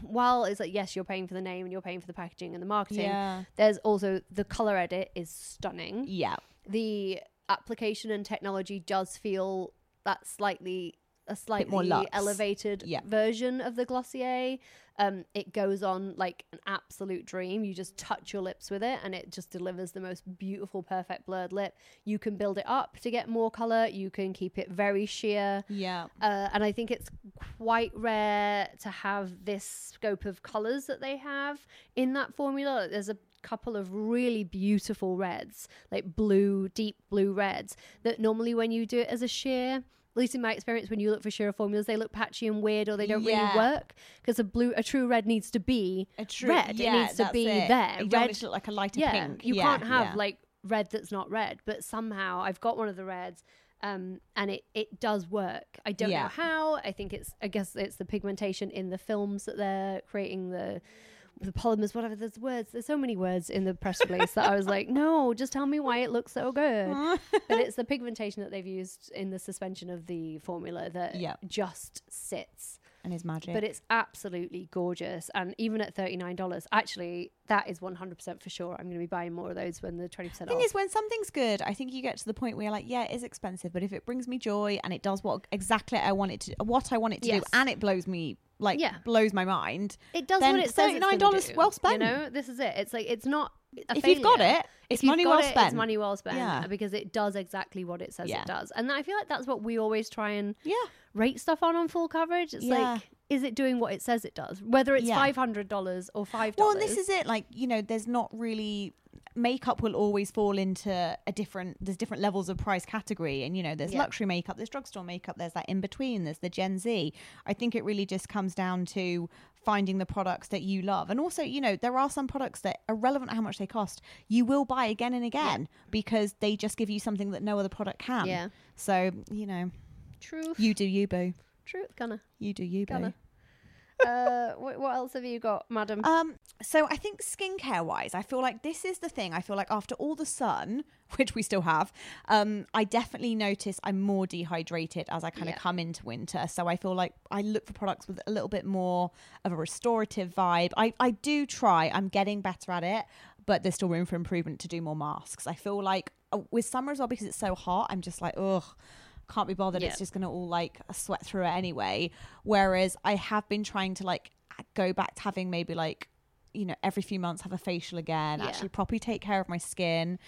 S3: while it's like yes you're paying for the name and you're paying for the packaging and the marketing
S2: Yeah.
S3: there's also the color edit is stunning
S2: Yeah.
S3: the application and technology does feel that slightly a slightly
S2: more luxe.
S3: elevated
S2: Yeah.
S3: version of the glossier um it goes on like an absolute dream you just touch your lips with it and it just delivers the most beautiful perfect blurred lip you can build it up to get more color you can keep it very sheer
S2: Yeah.
S3: uh, and I think it's quite rare to have this scope of colors that they have in that formula. Like, There's a couple of really beautiful reds, like blue, deep blue reds, that normally when you do it as a sheer, at least in my experience, when you look for sheer formulas, they look patchy and weird, or they don't
S2: Yeah.
S3: really work because a blue, a true red needs to be
S2: A true
S3: red.
S2: Yeah,
S3: it needs to
S2: that's
S3: be
S2: it.
S3: there.
S2: You don't want
S3: red
S2: it to look like a lighter pink.
S3: you
S2: Yeah,
S3: can't have
S2: yeah.
S3: like red that's not red, but somehow I've got one of the reds. Um, and it, it does work. I don't
S2: Yeah.
S3: know how. I think it's I guess it's the pigmentation in the films that they're creating the the polymers, whatever. There's words. There's so many words in the press release that I was like, no, just tell me why it looks so good. but it's the pigmentation that they've used in the suspension of the formula that
S2: Yeah.
S3: just sits.
S2: and his magic.
S3: But it's absolutely gorgeous. And even at $39, actually, that is 100% for sure. I'm going to be buying more of those when the 20%
S2: The
S3: off.
S2: thing is, when something's good, I think you get to the point where you're like, yeah, it is expensive, but if it brings me joy and it does what exactly I want it to, what I want it to
S3: Yes.
S2: do, and it blows me like
S3: Yeah.
S2: blows my mind,
S3: it does
S2: then
S3: what it says. it's gonna
S2: $39
S3: do,
S2: well spent.
S3: You know, this is it. It's like, it's not. a
S2: If you've got
S3: failure.
S2: it, it's
S3: if you've
S2: money
S3: got
S2: well
S3: it,
S2: spent.
S3: It's money well spent
S2: Yeah.
S3: because it does exactly what it says
S2: Yeah.
S3: it does. And I feel like that's what we always try and
S2: Yeah.
S3: rate stuff on on full coverage. It's
S2: Yeah.
S3: like, is it doing what it says it does? Whether it's
S2: Yeah.
S3: $500 or $5.
S2: Well, and this is it. Like you know, there's not really makeup will always fall into a different. There's different levels of price category, and you know, there's
S3: Yeah.
S2: luxury makeup, there's drugstore makeup, there's that in between, there's the Gen Z. I think it really just comes down to finding the products that you love, and also you know, there are some products that are relevant how much they cost. You will buy again and again because they just give you something that no other product can.
S3: Yeah.
S2: So you know,
S3: true.
S2: you do you boo,
S3: Truth, gonna.
S2: you do you boo.
S3: Gonna. Uh, what, what else have you got, madam?
S2: Um, so I think skincare wise, I feel like this is the thing. I feel like after all the sun, which we still have, um, I definitely notice I'm more dehydrated as I kind of
S3: Yeah.
S2: come into winter. So I feel like I look for products with a little bit more of a restorative vibe. I, I do try, I'm getting better at it, but there's still room for improvement to do more masks. I feel like uh, with summer as well, because it's so hot, I'm just like, ugh. Can't be bothered.
S3: Yeah.
S2: It's just gonna all like sweat through it anyway. Whereas I have been trying to like go back to having maybe like you know every few months have a facial again
S3: Yeah.
S2: actually properly take care of my skin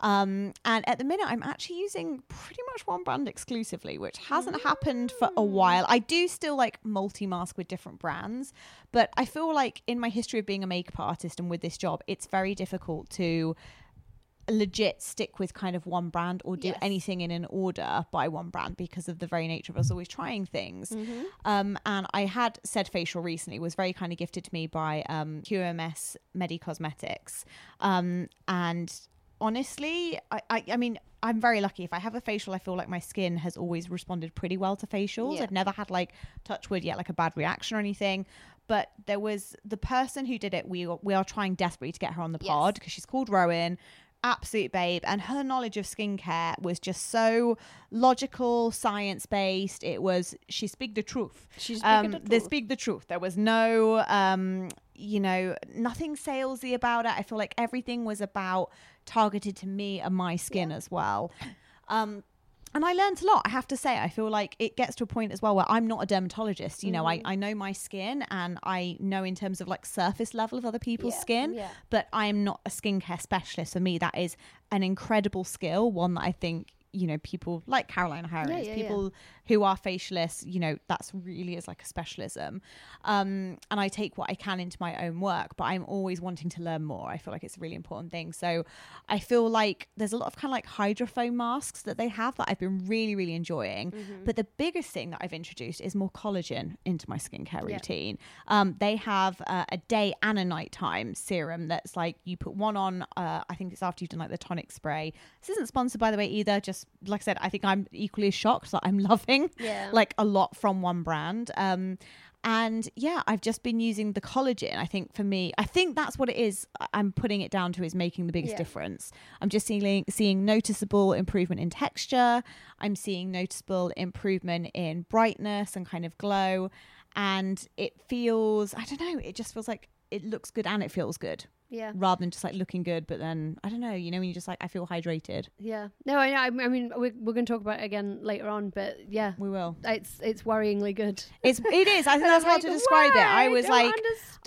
S2: um and at the minute i'm actually using pretty much one brand exclusively which hasn't happened for
S3: Mm.
S2: a while i do still like multi-mask with different brands but i feel like in my history of being a makeup artist and with this job it's very difficult to legit stick with kind of one brand or do
S3: Yes.
S2: anything in an order by one brand because of the very nature of us always trying things. Um, and I had said facial recently was very kindly gifted to me by um, QMS Medi Cosmetics, um, and honestly, I, I, I mean. I'm very lucky. If I have a facial, I feel like my skin has always responded pretty well to facials.
S3: Yeah.
S2: I've never had like touch wood yet, like a bad reaction or anything. But there was the person who did it. We we are trying desperately to get her on the
S3: Yes.
S2: pod because she's called Rowan, absolute babe, and her knowledge of skincare was just so logical, science based. It was she speak the truth.
S3: She's
S2: um, they speak the truth. There was no, um, you know, nothing salesy about it. I feel like everything was about targeted to me and my skin as well. Um, and I learned a lot. I have to say, I feel like it gets to a point as well where I'm not a dermatologist. You know,
S3: Mm-hmm.
S2: I, I know my skin and I know in terms of like surface level of other people's skin,
S3: yeah.
S2: but I am not a skincare specialist. For me, that is an incredible skill, one that I think you know, people like Caroline Harris,
S3: yeah, yeah.
S2: people who are facialists, you know, that's really is like a specialism. Um, and I take what I can into my own work, but I'm always wanting to learn more. I feel like it's a really important thing. So I feel like there's a lot of kind of like hydrophone masks that they have that I've been really, really enjoying.
S3: Mm-hmm.
S2: But the biggest thing that I've introduced is more collagen into my skincare routine. Um, they have uh, a day and a nighttime serum that's like you put one on, uh, I think it's after you've done like the tonic spray. This isn't sponsored, by the way, either. Just like I said, I think I'm equally as shocked that I'm loving
S3: Yeah.
S2: like a lot from one brand. Um, and yeah, I've just been using the collagen. I think for me, I think that's what it is. I- I'm putting it down to is making the biggest
S3: Yeah.
S2: difference. I'm just seeing seeing noticeable improvement in texture. I'm seeing noticeable improvement in brightness and kind of glow. And it feels, I don't know, it just feels like it looks good and it feels good
S3: Yeah.
S2: rather than just like looking good. But then I don't know, you know, when you're just like, I feel hydrated.
S3: Yeah. No, I I I mean, we're, we're going to talk about it again later on, but yeah,
S2: We will.
S3: it's it's worryingly good.
S2: It's it is. I think
S3: And
S2: that's
S3: I'm
S2: hard to
S3: like,
S2: describe it.
S3: "Why?
S2: I was
S3: Don't
S2: like,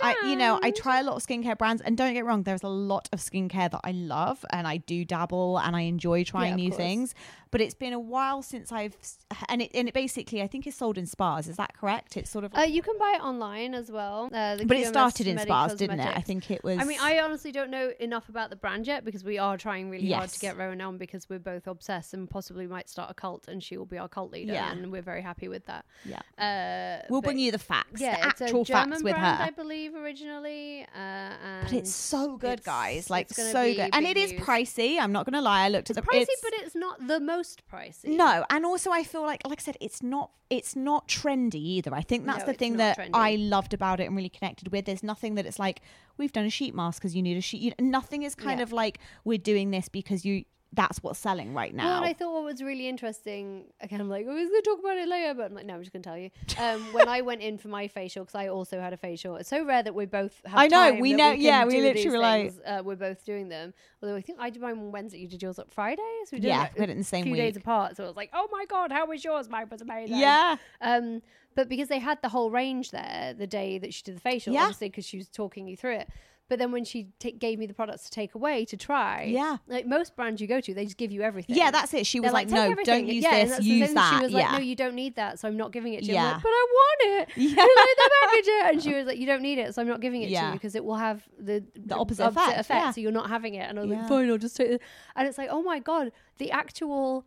S2: I you know, I
S3: understand."
S2: try a lot of skincare brands, and don't get wrong, there's a lot of skincare that I love, and I do dabble, and I enjoy trying
S3: of
S2: new
S3: course.
S2: things. But it's been a while since I've s- and it and it basically I think is sold in spas. Is that correct? It's sort of.
S3: Uh, you can buy it online as well. Uh, the
S2: but it
S3: QMS
S2: started in
S3: Medi
S2: spas, didn't it? I
S3: Cosmetics.
S2: think it was.
S3: I mean, I honestly don't know enough about the brand yet because we are trying really hard to
S2: Yes.
S3: get Rowan on because we're both obsessed and possibly might start a cult and she will be our cult leader
S2: Yeah.
S3: and we're very happy with that.
S2: Yeah.
S3: Uh,
S2: we'll
S3: but-
S2: bring you the facts, the
S3: yeah, it's a
S2: actual
S3: German
S2: facts with
S3: brand,
S2: her.
S3: I believe originally. Uh, and
S2: but it's so good,
S3: it's-
S2: guys. Like
S3: it's gonna
S2: so
S3: be
S2: good, and it
S3: big
S2: is
S3: news.
S2: pricey. I'm not going to lie. I looked at the
S3: Pricey,
S2: it's-
S3: but it's not the most pricey.
S2: No, and also I feel like, like I said, it's not it's not trendy either. I think that's
S3: No,
S2: the
S3: it's
S2: thing
S3: not
S2: that
S3: trendy.
S2: I loved about it and really connected with. There's nothing that it's like we've done a sheet mask because you need a sheet. You, nothing is kind
S3: Yeah.
S2: of like we're doing this because you that's what's selling right now.
S3: Well, and I thought what was really interesting, again, I'm like, oh, we're going to talk about it later, but I'm like, no, I'm just going to tell you. Um, when I went in for my facial, because I also had a facial, it's so rare that we both have
S2: I know,
S3: time
S2: we
S3: that
S2: know-
S3: can
S2: yeah, we
S3: do
S2: literally
S3: these
S2: were like-
S3: things, uh, we're both doing them. Although I think I did mine on Wednesday, you did yours on Friday. So we did
S2: Yeah,
S3: like
S2: we had it in the same
S3: few days
S2: week.
S3: apart. So it was like, oh my God, how was yours? Mine was amazing.
S2: yeah,
S3: Um, but because they had the whole range there the day that she did the facial,
S2: Yeah.
S3: obviously because she was talking you through it. But then when she ta gave me the products to take away to try,
S2: Yeah.
S3: like most brands you go to, they just give you everything.
S2: Yeah, that's it. She
S3: They're
S2: was like,
S3: "Take
S2: no,
S3: everything."
S2: don't use
S3: and
S2: this,
S3: that's the
S2: use
S3: thing.
S2: that.
S3: She was like,
S2: Yeah.
S3: no, you don't need that, so I'm not giving it to you. I'm
S2: Yeah.
S3: like, but I want it.
S2: Yeah.
S3: Yeah, like the package it. And she was like, you don't need it, so I'm not giving it to
S2: Yeah.
S3: you because it will have the,
S2: opposite effect, yeah.
S3: So you're not having it. And I was
S2: Yeah.
S3: like, fine, I'll just take it. And it's like, oh my god, the actual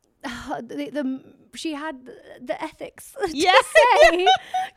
S3: the, the she had the, the ethics
S2: Yeah.
S3: to say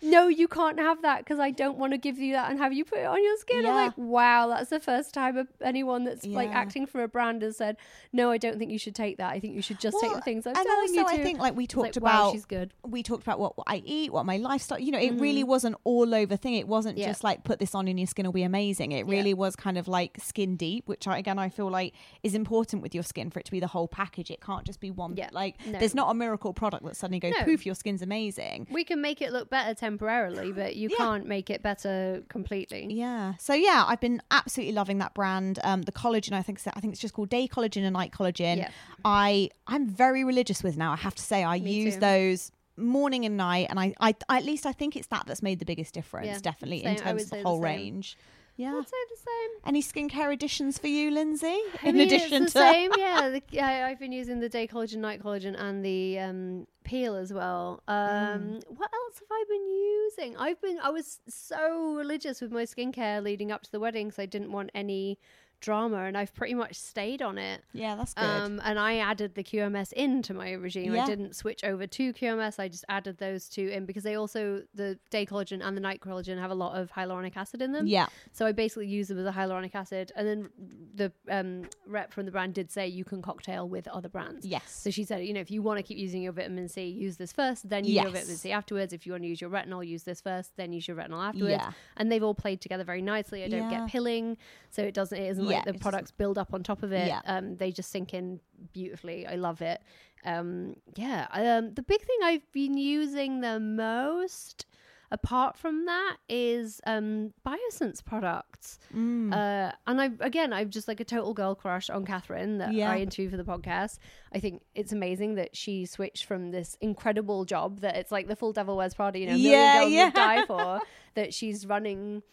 S3: no you can't have that because i don't want to give you that and have you put it on your skin i'm
S2: Yeah.
S3: like wow that's the first time a- anyone that's like
S2: Yeah.
S3: acting for a brand has said no i don't think you should take that i think you should just take
S2: Well,
S3: the things i'm
S2: and
S3: telling you
S2: also
S3: to."
S2: I think like we
S3: It's like,
S2: talked
S3: wow,
S2: about
S3: she's good
S2: we talked about what, what I eat, what my lifestyle. You know, it really was an all over thing. It wasn't
S3: Mm-hmm. Yeah.
S2: just like put this on and your skin will be amazing. It really was kind of like skin deep, which I, again I feel like is important with your skin for it to be the whole package. It can't just be one.
S3: Yeah.
S2: Like
S3: No.
S2: there's not a miracle product that suddenly goes
S3: No.
S2: poof, your skin's amazing.
S3: we can make it look better temporarily but you can't make it better completely
S2: Yeah. So yeah, I've been absolutely loving that brand. Um, the collagen, I think, I think it's just called day collagen and night collagen.
S3: Yeah.
S2: I I'm very religious with now. I have to say, I
S3: Me
S2: use
S3: too.
S2: those morning and night, and I, I, I- at least I think it's that that's made the biggest difference,
S3: Yeah.
S2: definitely
S3: Same. I
S2: in terms
S3: would
S2: of
S3: say
S2: the
S3: the
S2: whole
S3: same.
S2: range. Yeah.
S3: i'd say the same
S2: Any skincare additions for you, Lindsay?
S3: I
S2: in
S3: mean,
S2: addition
S3: it's
S2: to
S3: the same, yeah. The, yeah, I've been using the day collagen, night collagen, and the um, peel as well. Um,
S2: Mm.
S3: What else have I been using? I've been I was so religious with my skincare leading up to the wedding, so I didn't want any drama, and I've pretty much stayed on it.
S2: yeah, that's good.
S3: Um, and I added the QMS into my regime.
S2: Yeah.
S3: I didn't switch over to QMS. I just added those two in because they also the day collagen and the night collagen have a lot of hyaluronic acid in them.
S2: Yeah.
S3: So I basically use them as a hyaluronic acid. And then the um, rep from the brand did say you can cocktail with other brands.
S2: Yes.
S3: So she said, you know, if you want to keep using your vitamin C, use this first, then use your
S2: Yes.
S3: vitamin C afterwards. If you want to use your retinol, use this first, then use your retinol afterwards.
S2: Yeah.
S3: And they've all played together very nicely. I don't
S2: Yeah.
S3: get pilling, so it doesn't. It isn't
S2: Yeah,
S3: like the
S2: it doesn't-
S3: products build up on top of it it.
S2: Yeah.
S3: Um, they just sink in beautifully. I love it. Um, yeah. Um, the big thing I've been using the most, apart from that, is um, Biosense products.
S2: Mm.
S3: Uh, and I again, I'm just like a total girl crush on Catherine that
S2: Yeah.
S3: I interviewed for the podcast. I think it's amazing that she switched from this incredible job that it's like the full Devil Wears Prada, you know, a million
S2: Yeah,
S3: girls
S2: yeah.
S3: would die for, that she's running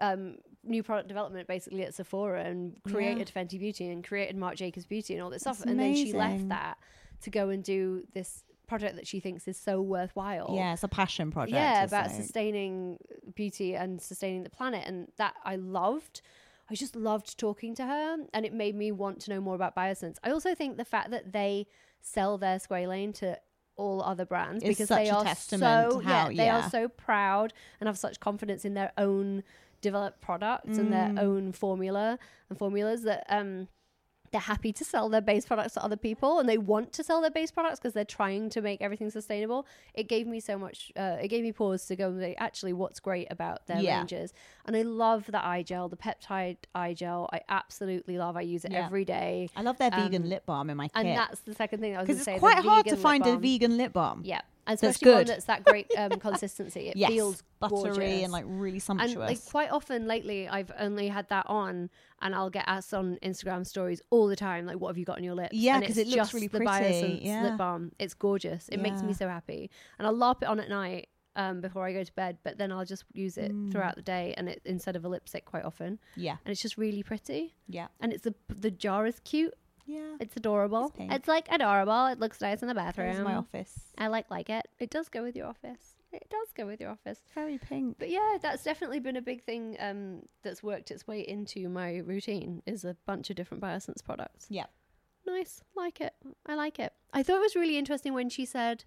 S3: um new product development basically at Sephora and created Fenty Beauty and created Marc Jacobs Beauty and all this stuff.
S2: That's
S3: and then she
S2: amazing.
S3: left that to go and do this project that she thinks is so worthwhile.
S2: Yeah, it's a passion project.
S3: oh. Yeah,
S2: it's
S3: about
S2: like-
S3: sustaining uh, beauty and sustaining the planet. And that I loved. I just loved talking to her and it made me want to know more about Biosense. I also think the fact that they sell their squalane to all other brands
S2: Is
S3: because
S2: such
S3: they
S2: a
S3: are
S2: testament
S3: so
S2: to how-
S3: yeah, they
S2: yeah.
S3: are so proud and have such confidence in their own developed products and
S2: Mm.
S3: their own formula and formulas that um they're happy to sell their base products to other people and they want to sell their base products because they're trying to make everything sustainable it gave me so much uh, it gave me pause to go and say actually what's great about their
S2: Yeah.
S3: ranges and i love the eye gel the peptide eye gel i absolutely love i use it
S2: Yeah.
S3: every day
S2: I love their
S3: Um,
S2: vegan lip balm in my
S3: and
S2: kit
S3: that's the second thing i was
S2: because
S3: going to
S2: it's
S3: say the
S2: quite hard to
S3: vegan lip
S2: find a
S3: balm.
S2: vegan lip balm.
S3: yeah and
S2: that's
S3: especially
S2: good.
S3: one that's that great um, consistency it
S2: yes,
S3: feels
S2: buttery
S3: gorgeous
S2: and like really sumptuous.
S3: and like quite often lately i've only had that on and i'll get asked on instagram stories all the time like what have you got on your lips
S2: Yeah,
S3: And
S2: 'cause
S3: it's
S2: it looks
S3: just
S2: really
S3: the
S2: pretty,
S3: Biosense
S2: yeah.
S3: lip balm it's gorgeous it makes
S2: Yeah.
S3: me so happy and i'll larp it on at night um, before i go to bed but then i'll just use it
S2: Mm.
S3: throughout the day and it instead of a lipstick quite often
S2: yeah,
S3: and it's just really pretty
S2: yeah,
S3: and it's the the jar is cute
S2: yeah.
S3: it's adorable
S2: It's pink.
S3: it's, like adorable it looks nice in the
S2: There's
S3: bathroom
S2: my office.
S3: i like like it it does go with your office it does go with your office
S2: Very pink.
S3: but yeah, that's definitely been a big thing um, that's worked its way into my routine is a bunch of different Biosense products.
S2: Yeah.
S3: Nice, like it. I like it. I thought it was really interesting when she said,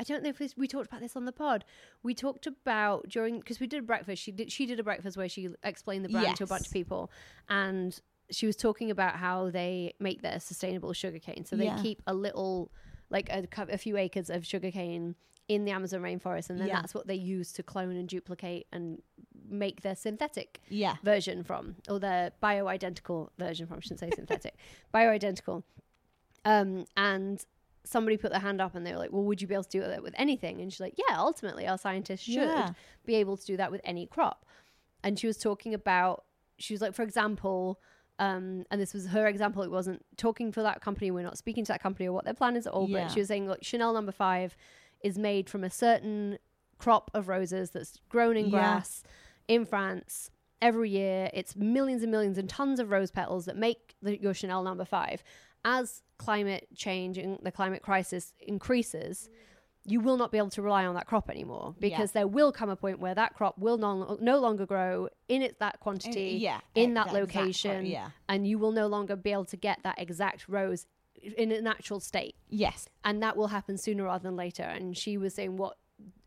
S3: I don't know if this, we talked about this on the pod. We talked about during because we did a breakfast. She did she did a breakfast where she explained the brand to a bunch
S2: Yes.
S3: of people, and she was talking about how they make their sustainable sugarcane. So they
S2: Yeah.
S3: keep a little, like a, cou- a few acres of sugarcane in the Amazon rainforest, and then
S2: Yeah.
S3: that's what they use to clone and duplicate and make their synthetic
S2: Yeah.
S3: version from, or their bioidentical version from. I shouldn't say synthetic, bioidentical. Um, and somebody put their hand up and they were like, "Well, would you be able to do that with anything?" And she's like, "Yeah, ultimately, our scientists should
S2: Yeah.
S3: be able to do that with any crop." And she was talking about, she was like, for example. Um, and this was her example. It wasn't talking for that company. We're not speaking to that company or what their plan is at all.
S2: Yeah.
S3: But she was saying, like, Chanel number five is made from a certain crop of roses that's grown in
S2: Yeah.
S3: grass in France every year. It's millions and millions and tons of rose petals that make the, your Chanel number five. As climate change and the climate crisis increases, you will not be able to rely on that crop anymore because there will come a point where that crop will no, no longer grow in it, that quantity,
S2: Eh, yeah,
S3: in
S2: at
S3: that,
S2: that exact point,
S3: location,
S2: yeah.
S3: and you will no longer be able to get that exact rose in a natural state
S2: Yes.
S3: and that will happen sooner rather than later. And she was saying what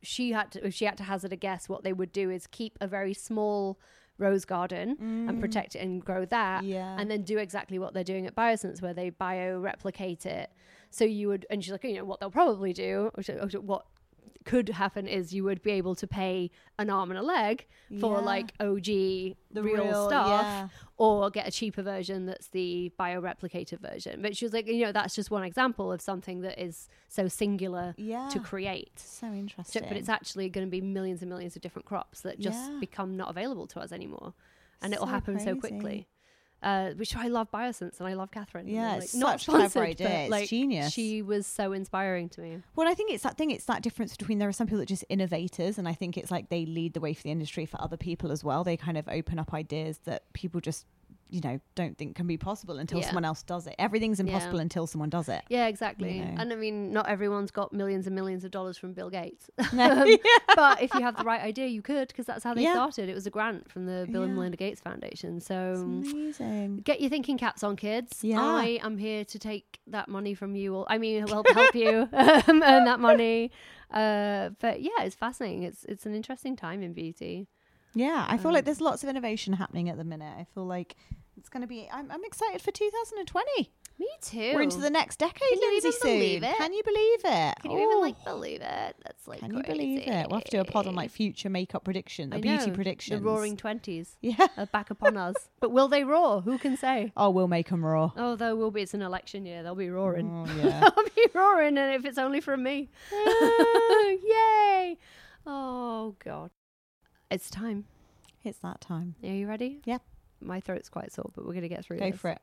S3: she had to, if she had to hazard a guess, what they would do is keep a very small rose garden and protect it and grow that,
S2: Mm. Yeah.
S3: and then do exactly what they're doing at Biosense, where they bio replicate it. So you would, and she's like, you know, what they'll probably do, or she- or she- what could happen is you would be able to pay an arm and a leg for
S2: Yeah.
S3: like OG real,
S2: real-
S3: stuff
S2: yeah.
S3: or get a cheaper version that's the bioreplicated version. But she was like, you know, that's just one example of something that is so singular
S2: Yeah.
S3: to create.
S2: So interesting.
S3: So, but it's actually going to be millions and millions of different crops that just
S2: Yeah.
S3: become not available to us anymore, and it will
S2: So
S3: happen so
S2: crazy.
S3: quickly. Uh, which I love Biosense and I love Catherine. and
S2: Yeah,
S3: they're,
S2: it's such a clever idea.
S3: but,
S2: It's genius.
S3: She was so inspiring to me.
S2: Well, I think it's that thing. It's that difference between there are some people that are just innovators, and I think it's like they lead the way for the industry for other people as well. They kind of open up ideas that people just, you know, don't think can be possible until
S3: Yeah.
S2: someone else does it. Everything's impossible
S3: Yeah.
S2: until someone does it.
S3: Yeah, exactly.
S2: know.
S3: And I mean, not everyone's got millions and millions of dollars from Bill Gates. Um, But if you have the right idea, you could, because that's how they
S2: Yeah.
S3: started. It was a grant from the Bill
S2: Yeah.
S3: and Melinda Gates Foundation.
S2: It's
S3: So
S2: amazing.
S3: get your thinking caps on, kids.
S2: Yeah.
S3: I am here to take that money from you all. I mean, help help you um, earn that money. Uh, but yeah, it's fascinating. It's it's an interesting time in beauty.
S2: Yeah, I feel like there's lots of innovation happening at the minute. I feel like it's going to be. I'm, I'm excited for 2020.
S3: Me too.
S2: We're into the next decade,
S3: Can you
S2: Lindsay.
S3: even believe
S2: soon.
S3: it?
S2: Can you believe it?
S3: Can you even
S2: Oh.
S3: like believe it? That's like
S2: Can you believe it? We'll have to do a pod on
S3: crazy.
S2: like future makeup predictions,
S3: I
S2: beauty
S3: know,
S2: predictions.
S3: The roaring twenties.
S2: Yeah.
S3: are back upon us. But will they roar? Who can say?
S2: Oh, we'll make them roar.
S3: Although will be it's an election year, they'll be roaring.
S2: Oh, yeah.
S3: they'll be roaring, and if it's only from me, yay! Oh god, it's time.
S2: It's that time.
S3: Are you ready?
S2: Yeah.
S3: My throat's quite sore, but we're gonna get through.
S2: Go
S3: this.
S2: for it.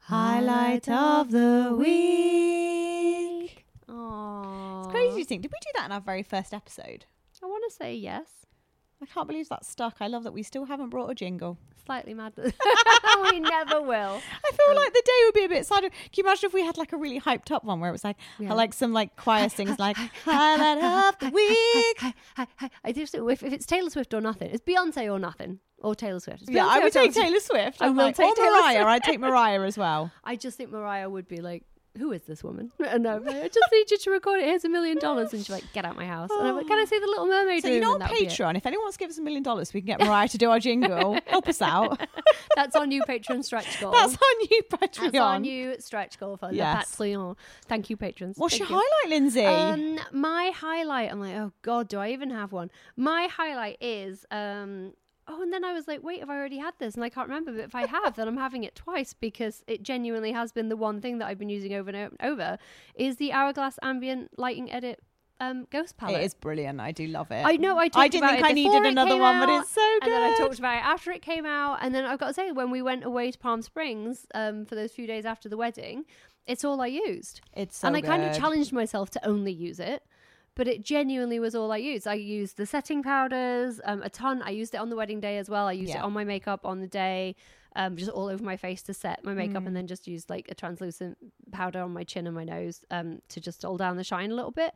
S2: Highlight of the week.
S3: Aww.
S2: It's crazy to think. Did we do that in our very first episode?
S3: I want to say yes.
S2: I can't believe that's stuck. I love that we still haven't brought a jingle.
S3: Slightly mad. that- we never will. Um,
S2: I feel like the day would be a bit sad. Can you imagine if we had like a really hyped up one where it was like, I
S3: Yeah.
S2: like some like choir sings like highlight of the week.
S3: Hi, hi, hi. I just if, if it's Taylor Swift or nothing, it's Beyonce or nothing or Taylor Swift. It's
S2: Yeah,
S3: Beyonce
S2: I
S3: or
S2: would take
S3: Swift.
S2: Taylor Swift.
S3: I
S2: I'm
S3: will
S2: like,
S3: take
S2: or
S3: Taylor
S2: Mariah.
S3: Swift.
S2: I'd take Mariah as well.
S3: I just think Mariah would be like, "Who is this woman?" And I'm like, "I just need you to record it. Here's a million dollars." And she's like, "Get out my house." And I'm like, "Can I see the Little Mermaid?"
S2: So you
S3: room?"
S2: know, on
S3: And that would be it.
S2: Patreon, if anyone wants to give us a million dollars, we can get Mariah to do our jingle. Help us out.
S3: That's our new Patreon stretch goal.
S2: That's our new Patreon.
S3: That's our new stretch goal for
S2: Yes.
S3: the Patreon. Thank you, patrons.
S2: What's your
S3: Thank you.
S2: highlight, Lindsay?
S3: Um, my highlight. I'm like, oh god, do I even have one? My highlight is. Um, oh, and then I was like, wait, have I already had this? And I can't remember. But if I have, then I'm having it twice because it genuinely has been the one thing that I've been using over and o- over. Is the Hourglass Ambient Lighting Edit um, Ghost Palette?
S2: it is brilliant. I do love it.
S3: I know. I talked
S2: I didn't
S3: about
S2: think
S3: it
S2: I
S3: before
S2: needed
S3: it
S2: another
S3: came
S2: one, but
S3: out,
S2: it's so good.
S3: And then I talked about it after it came out, and then I've got to say, when we went away to Palm Springs um, for those few days after the wedding, it's all I used.
S2: It's so
S3: and I kind of
S2: good.
S3: challenged myself to only use it, but it genuinely was all I used. I used the setting powders um, a ton. I used it on the wedding day as well. I used
S2: Yeah.
S3: it on my makeup on the day. Um, just all over my face to set my makeup,
S2: Mm.
S3: and then just used like a translucent powder on my chin and my nose um, to just dull down the shine a little bit.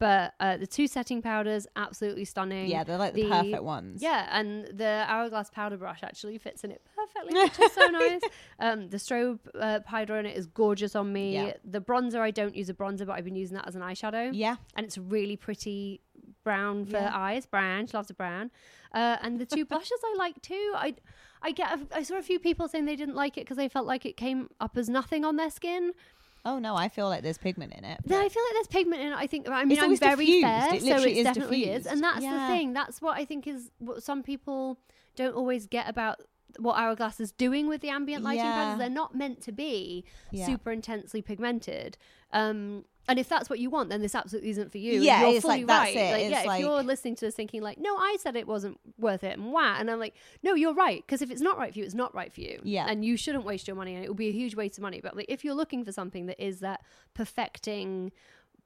S3: But uh, the two setting powders, absolutely stunning.
S2: Yeah, they're like the perfect ones.
S3: Yeah, and the hourglass powder brush actually fits in it perfectly, which is so nice. Um, the strobe uh, powder in it is gorgeous on me.
S2: Yeah.
S3: The bronzer, I don't use a bronzer, but I've been using that as an eyeshadow.
S2: Yeah.
S3: and it's really pretty brown for eyes. Brown, she loves a brown. Uh, and the two blushes I like too. I I get a, I saw a few people saying they didn't like it because they felt like it came up as nothing on their skin.
S2: Oh no, I feel like there's pigment in it.
S3: No, I feel like there's pigment in it. I think I mean I'm
S2: always
S3: very
S2: diffused.
S3: fair,
S2: It
S3: so
S2: literally
S3: it
S2: is
S3: definitely is,
S2: diffused.
S3: and that's
S2: Yeah.
S3: the thing. That's what I think is what some people don't always get about what Hourglass is doing with the ambient lighting
S2: Yeah.
S3: patterns. They're not meant to be
S2: Yeah.
S3: super intensely pigmented. Um, and if that's what you want, then this absolutely isn't for you.
S2: Yeah,
S3: you're
S2: it's
S3: fully
S2: like, that's
S3: right.
S2: it.
S3: Like,
S2: It's
S3: yeah,
S2: like-
S3: if you're listening to this thinking like, no, I said it wasn't worth it, and why? And I'm like, no, you're right. Because if it's not right for you, it's not right for you.
S2: Yeah.
S3: and you shouldn't waste your money, and it will be a huge waste of money. But like, if you're looking for something that is that perfecting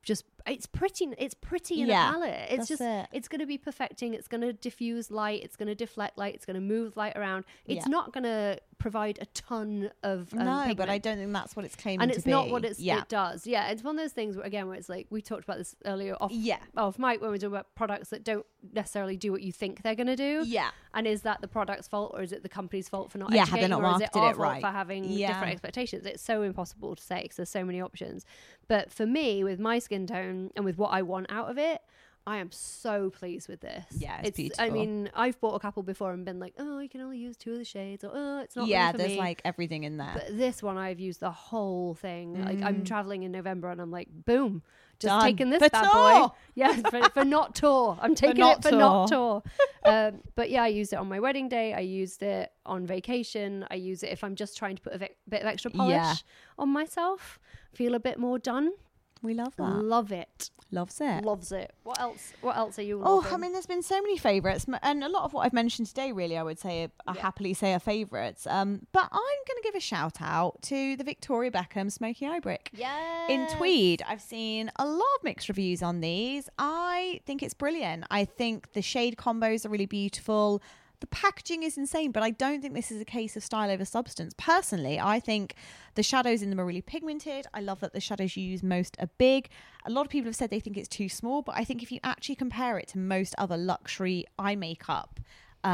S3: just it's pretty it's pretty in
S2: Yeah,
S3: a palette it's
S2: that's
S3: just
S2: it.
S3: it's going to be perfecting it's going to diffuse light it's going to deflect light it's going to move light around it's
S2: Yeah.
S3: not going to provide a ton of um,
S2: no, but I
S3: pigment.
S2: don't think that's what it's claiming
S3: and
S2: to
S3: it's not what
S2: be.
S3: it's,
S2: yeah.
S3: it does yeah it's one of those things where, again where it's like we talked about this earlier off
S2: Yeah.
S3: off mic when we talk about products that don't necessarily do what you think they're going to do
S2: Yeah.
S3: and is that the product's fault or is it the company's fault for not
S2: Yeah, had they
S3: educating
S2: not
S3: or is it
S2: marketed
S3: our
S2: it
S3: fault
S2: right.
S3: for having
S2: Yeah.
S3: different expectations it's so impossible to say because there's so many options but for me with my skin tone and with what i want out of it I am so pleased with this.
S2: Yeah, it's beautiful.
S3: I mean, I've bought a couple before and been like, "Oh, you can only use two of the shades," or "Oh, it's not."
S2: yeah,
S3: really for
S2: there's
S3: me."
S2: like everything in there.
S3: But this one, I've used the whole thing. Like I'm traveling in November, and I'm like, boom, just
S2: Mm. Done.
S3: taking this
S2: For
S3: bad
S2: tour.
S3: boy. Yeah, for, for not tour. I'm taking
S2: not
S3: it for not tour. um, but yeah, I used it on my wedding day. I used it on vacation. I use it if I'm just trying to put a ve- bit of extra polish
S2: Yeah.
S3: on myself. Feel a bit more done.
S2: we love that.
S3: Love it.
S2: Loves it.
S3: Loves it. What else? What else are you?
S2: Eh. Oh,
S3: loving?
S2: I mean, there's been so many favourites, m- and a lot of what I've mentioned today, really, I would say, are, are happily say are favourites. Um, but I'm going to give a shout out to the Victoria Beckham Smoky Eye Brick.
S3: Yes.
S2: in tweed i've seen a lot of mixed reviews on these i think it's brilliant i think the shade combos are really beautiful the packaging is insane but i don't think this is a case of style over substance personally i think the shadows in them are really pigmented i love that the shadows you use most are big a lot of people have said they think it's too small but i think if you actually compare it to most other luxury eye makeup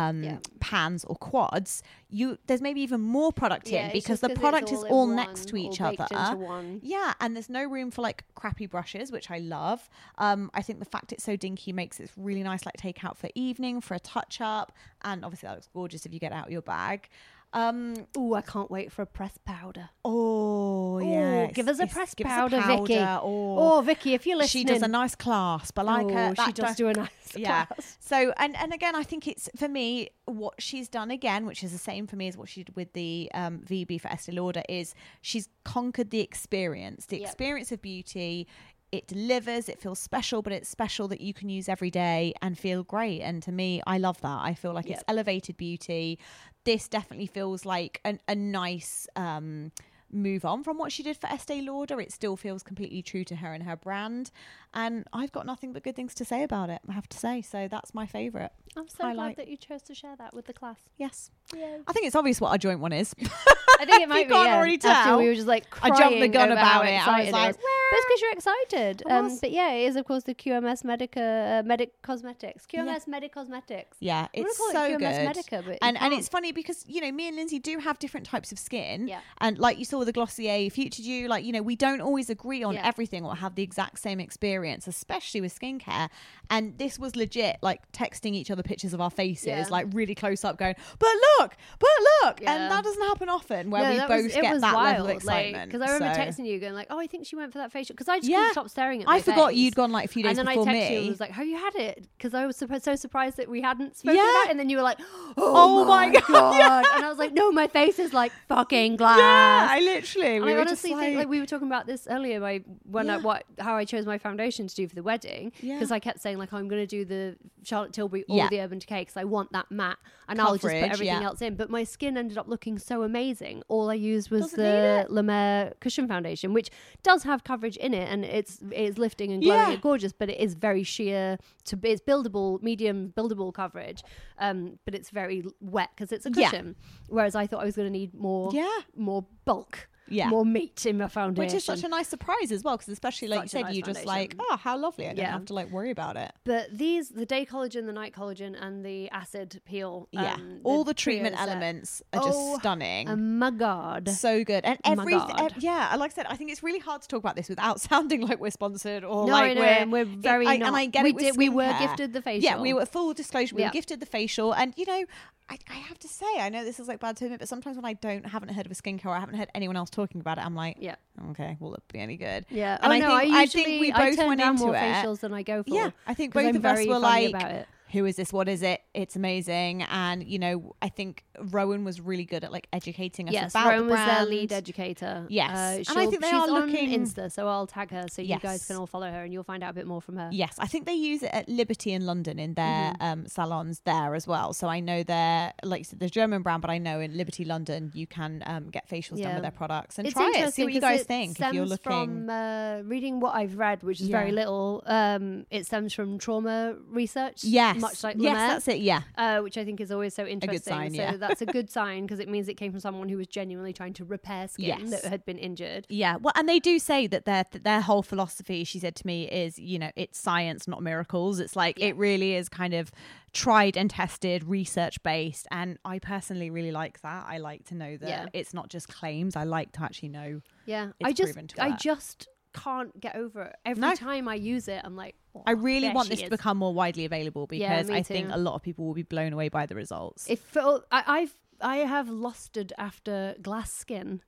S2: um
S3: Yeah.
S2: pans or quads you there's maybe even more product
S3: Yeah,
S2: in
S3: it's
S2: because
S3: just
S2: the
S3: 'cause it's
S2: product is
S3: all in
S2: all next
S3: one,
S2: to
S3: all
S2: each
S3: baked
S2: other
S3: into one.
S2: yeah, and there's no room for like crappy brushes, which I love. Um, I think the fact it's so dinky makes it really nice, like takeout for evening, for a touch up, and obviously that looks gorgeous if you get it out of your bag. Um,
S3: Oh, I can't wait for a press powder.
S2: oh yeah,
S3: Oh, give us a
S2: it's-
S3: press
S2: give us a
S3: powder, Vicky.
S2: powder,
S3: Oh, Vicky, if you're
S2: she
S3: listening,
S2: does a nice clasp. I like her.
S3: Oh, she
S2: that
S3: does do a nice
S2: yeah.
S3: clasp.
S2: So and and again, I think it's for me what she's done again, which is the same for me as what she did with the um, VB for Estee Lauder, is she's conquered the experience, the
S3: Yep.
S2: experience of beauty. It delivers. It feels special, but it's special that you can use every day and feel great. And to me, I love that. I feel like it's elevated beauty. This definitely feels like an, a nice. Um, move on from what she did for Estee Lauder. It still feels completely true to her and her brand. And I've got nothing but good things to say about it, I have to say. So that's my favourite.
S3: I'm so
S2: Highlight.
S3: glad that you chose to share that with the class.
S2: Yes. I think it's obvious what our joint one is.
S3: I think it
S2: If
S3: might
S2: you
S3: be.
S2: can't
S3: yeah.
S2: already
S3: After
S2: tell,
S3: we were just like
S2: I
S3: crying
S2: jumped the gun
S3: over
S2: about it.
S3: how
S2: I was
S3: excited
S2: like,
S3: was. but it's because you're excited.
S2: I
S3: Um,
S2: was.
S3: but yeah, it is of course the QMS Medica uh, Medic Cosmetics. QMS Medic Cosmetics.
S2: Yeah,
S3: I wanna
S2: it's
S3: call it
S2: so
S3: QMS
S2: good.
S3: Medica, but you
S2: and and it's
S3: can't.
S2: funny because you know me and Lindsay do have different types of skin.
S3: Yeah.
S2: And like you saw with the Glossier Future You, like you know we don't always agree on
S3: Yeah.
S2: everything or have the exact same experience, especially with skincare. And this was legit, like texting each other pictures of our faces,
S3: Yeah.
S2: like really close up, going, "But look, but look," and
S3: Yeah.
S2: that doesn't happen often where
S3: No,
S2: we
S3: that
S2: both
S3: was, it
S2: get
S3: was
S2: that
S3: wild,
S2: level of excitement.
S3: Because I remember
S2: so-
S3: texting you, going like, "Oh, I think she went for that facial." Because I just
S2: Yeah.
S3: couldn't stop staring at.
S2: I
S3: my
S2: forgot
S3: face.
S2: you'd gone, like, a few days
S3: and then
S2: before
S3: I texted you
S2: me.
S3: and was like, "Oh, you had it?" Because I was surprised, so surprised that we hadn't spoken
S2: Yeah.
S3: about it. And then you were like, "Oh,
S2: Oh my
S3: my
S2: God,
S3: god!"
S2: yeah.
S3: And I was like, "No, my face is like fucking glass."
S2: Yeah, I literally. We
S3: I
S2: were just
S3: honestly think like we were talking about this earlier. My when I,
S2: Yeah.
S3: what how I chose my foundation to do for the wedding
S2: Yeah.
S3: because I kept saying like I'm going to do the Charlotte Tilbury or
S2: Yeah.
S3: the Urban Decay because I want that matte and I'll just
S2: Coverage,
S3: put everything
S2: yeah.
S3: else in. But my skin ended up looking so amazing. All I used was
S2: Doesn't
S3: the La Mer cushion foundation, which does have coverage in it and it's it's lifting and glowing
S2: Yeah.
S3: and gorgeous, but it is very sheer. To it's buildable, medium buildable coverage, um, but it's very wet because it's a
S2: Yeah.
S3: cushion. Whereas I thought I was going to need more
S2: Yeah.
S3: more bulk
S2: Yeah.
S3: more meat in my foundation.
S2: which is such a nice surprise as well, because especially like
S3: Such a
S2: you said,
S3: nice
S2: you just like,
S3: foundation.
S2: oh, how lovely! I don't
S3: Yeah.
S2: have to like worry about it.
S3: But these, the day collagen, the night collagen, and the acid peel.
S2: Yeah,
S3: um,
S2: all the
S3: trio
S2: treatment
S3: set.
S2: elements are just
S3: Oh,
S2: stunning.
S3: Oh my god!
S2: so good, and
S3: Oh my
S2: every
S3: God.
S2: ev- yeah, like I said, I think it's really hard to talk about this without sounding like we're sponsored or
S3: No,
S2: like
S3: I know,
S2: we're
S3: and we're
S2: it-
S3: very
S2: I,
S3: not.
S2: And I get
S3: We
S2: it. with
S3: did- we were
S2: skincare.
S3: gifted the
S2: Yeah, we
S3: facial.
S2: were full disclosure. We
S3: Yeah.
S2: were gifted the facial, and you know. I, I have to say, I know this is like bad to admit, but sometimes when I don't haven't heard of a skincare, or I haven't heard anyone else talking about it. I'm like,
S3: Yeah.
S2: okay, will it be any good?
S3: yeah,
S2: and
S3: oh,
S2: I
S3: no,
S2: think
S3: I,
S2: I,
S3: usually,
S2: think we
S3: I
S2: both
S3: turn
S2: went
S3: down
S2: into
S3: more
S2: it.
S3: facials than I go for.
S2: Yeah, I think
S3: 'cause
S2: both
S3: I'm
S2: of us
S3: very
S2: were like,
S3: funny about it.
S2: "Who is this? What is it? It's amazing!" And you know, I think Rowan was really good at like educating us
S3: Yes,
S2: about
S3: Rowan
S2: the
S3: was
S2: brand.
S3: their lead educator. Uh,
S2: Yes. And I
S3: she'll-
S2: think they
S3: she's
S2: are
S3: on
S2: looking-
S3: Insta, so I'll tag her so you
S2: Yes.
S3: guys can all follow her and you'll find out a bit more from her.
S2: Yes, I think they use it at Liberty in London in their
S3: Mm-hmm.
S2: um, salons there as well. So I know they're like you said, the German brand, but I know in Liberty London you can um, get facials done
S3: Yeah.
S2: with their products and try it. See what you
S3: 'cause
S2: guys
S3: it
S2: think if you're
S3: stems
S2: looking.
S3: From uh, reading what I've read, which is very
S2: Yeah.
S3: little, um, it stems from trauma research.
S2: yes,
S3: much like
S2: yes,
S3: Lumet,
S2: that's it. Yeah,
S3: Uh, which I think is always so interesting.
S2: sign,
S3: so
S2: yeah.
S3: that's a good sign because it means it came from someone who was genuinely trying to repair skin
S2: Yes.
S3: that had been injured.
S2: Yeah, well, and they do say that their that their whole philosophy, she said to me, is you know it's science, not miracles. It's like it really is kind of tried and tested, research based, and I personally really like that. I like to know that
S3: Yeah.
S2: it's not just claims. I like to actually know.
S3: Yeah,
S2: It's
S3: I just,
S2: proven to
S3: I
S2: work.
S3: just can't get over it. Every
S2: No.
S3: time I use it, I'm like, "Oh,
S2: I really
S3: there
S2: want
S3: she
S2: this to
S3: is."
S2: become more widely available
S3: Yeah,
S2: because
S3: me
S2: I think
S3: too.
S2: a lot of people will be blown away by the results.
S3: It felt I, I've I have lusted after glass skin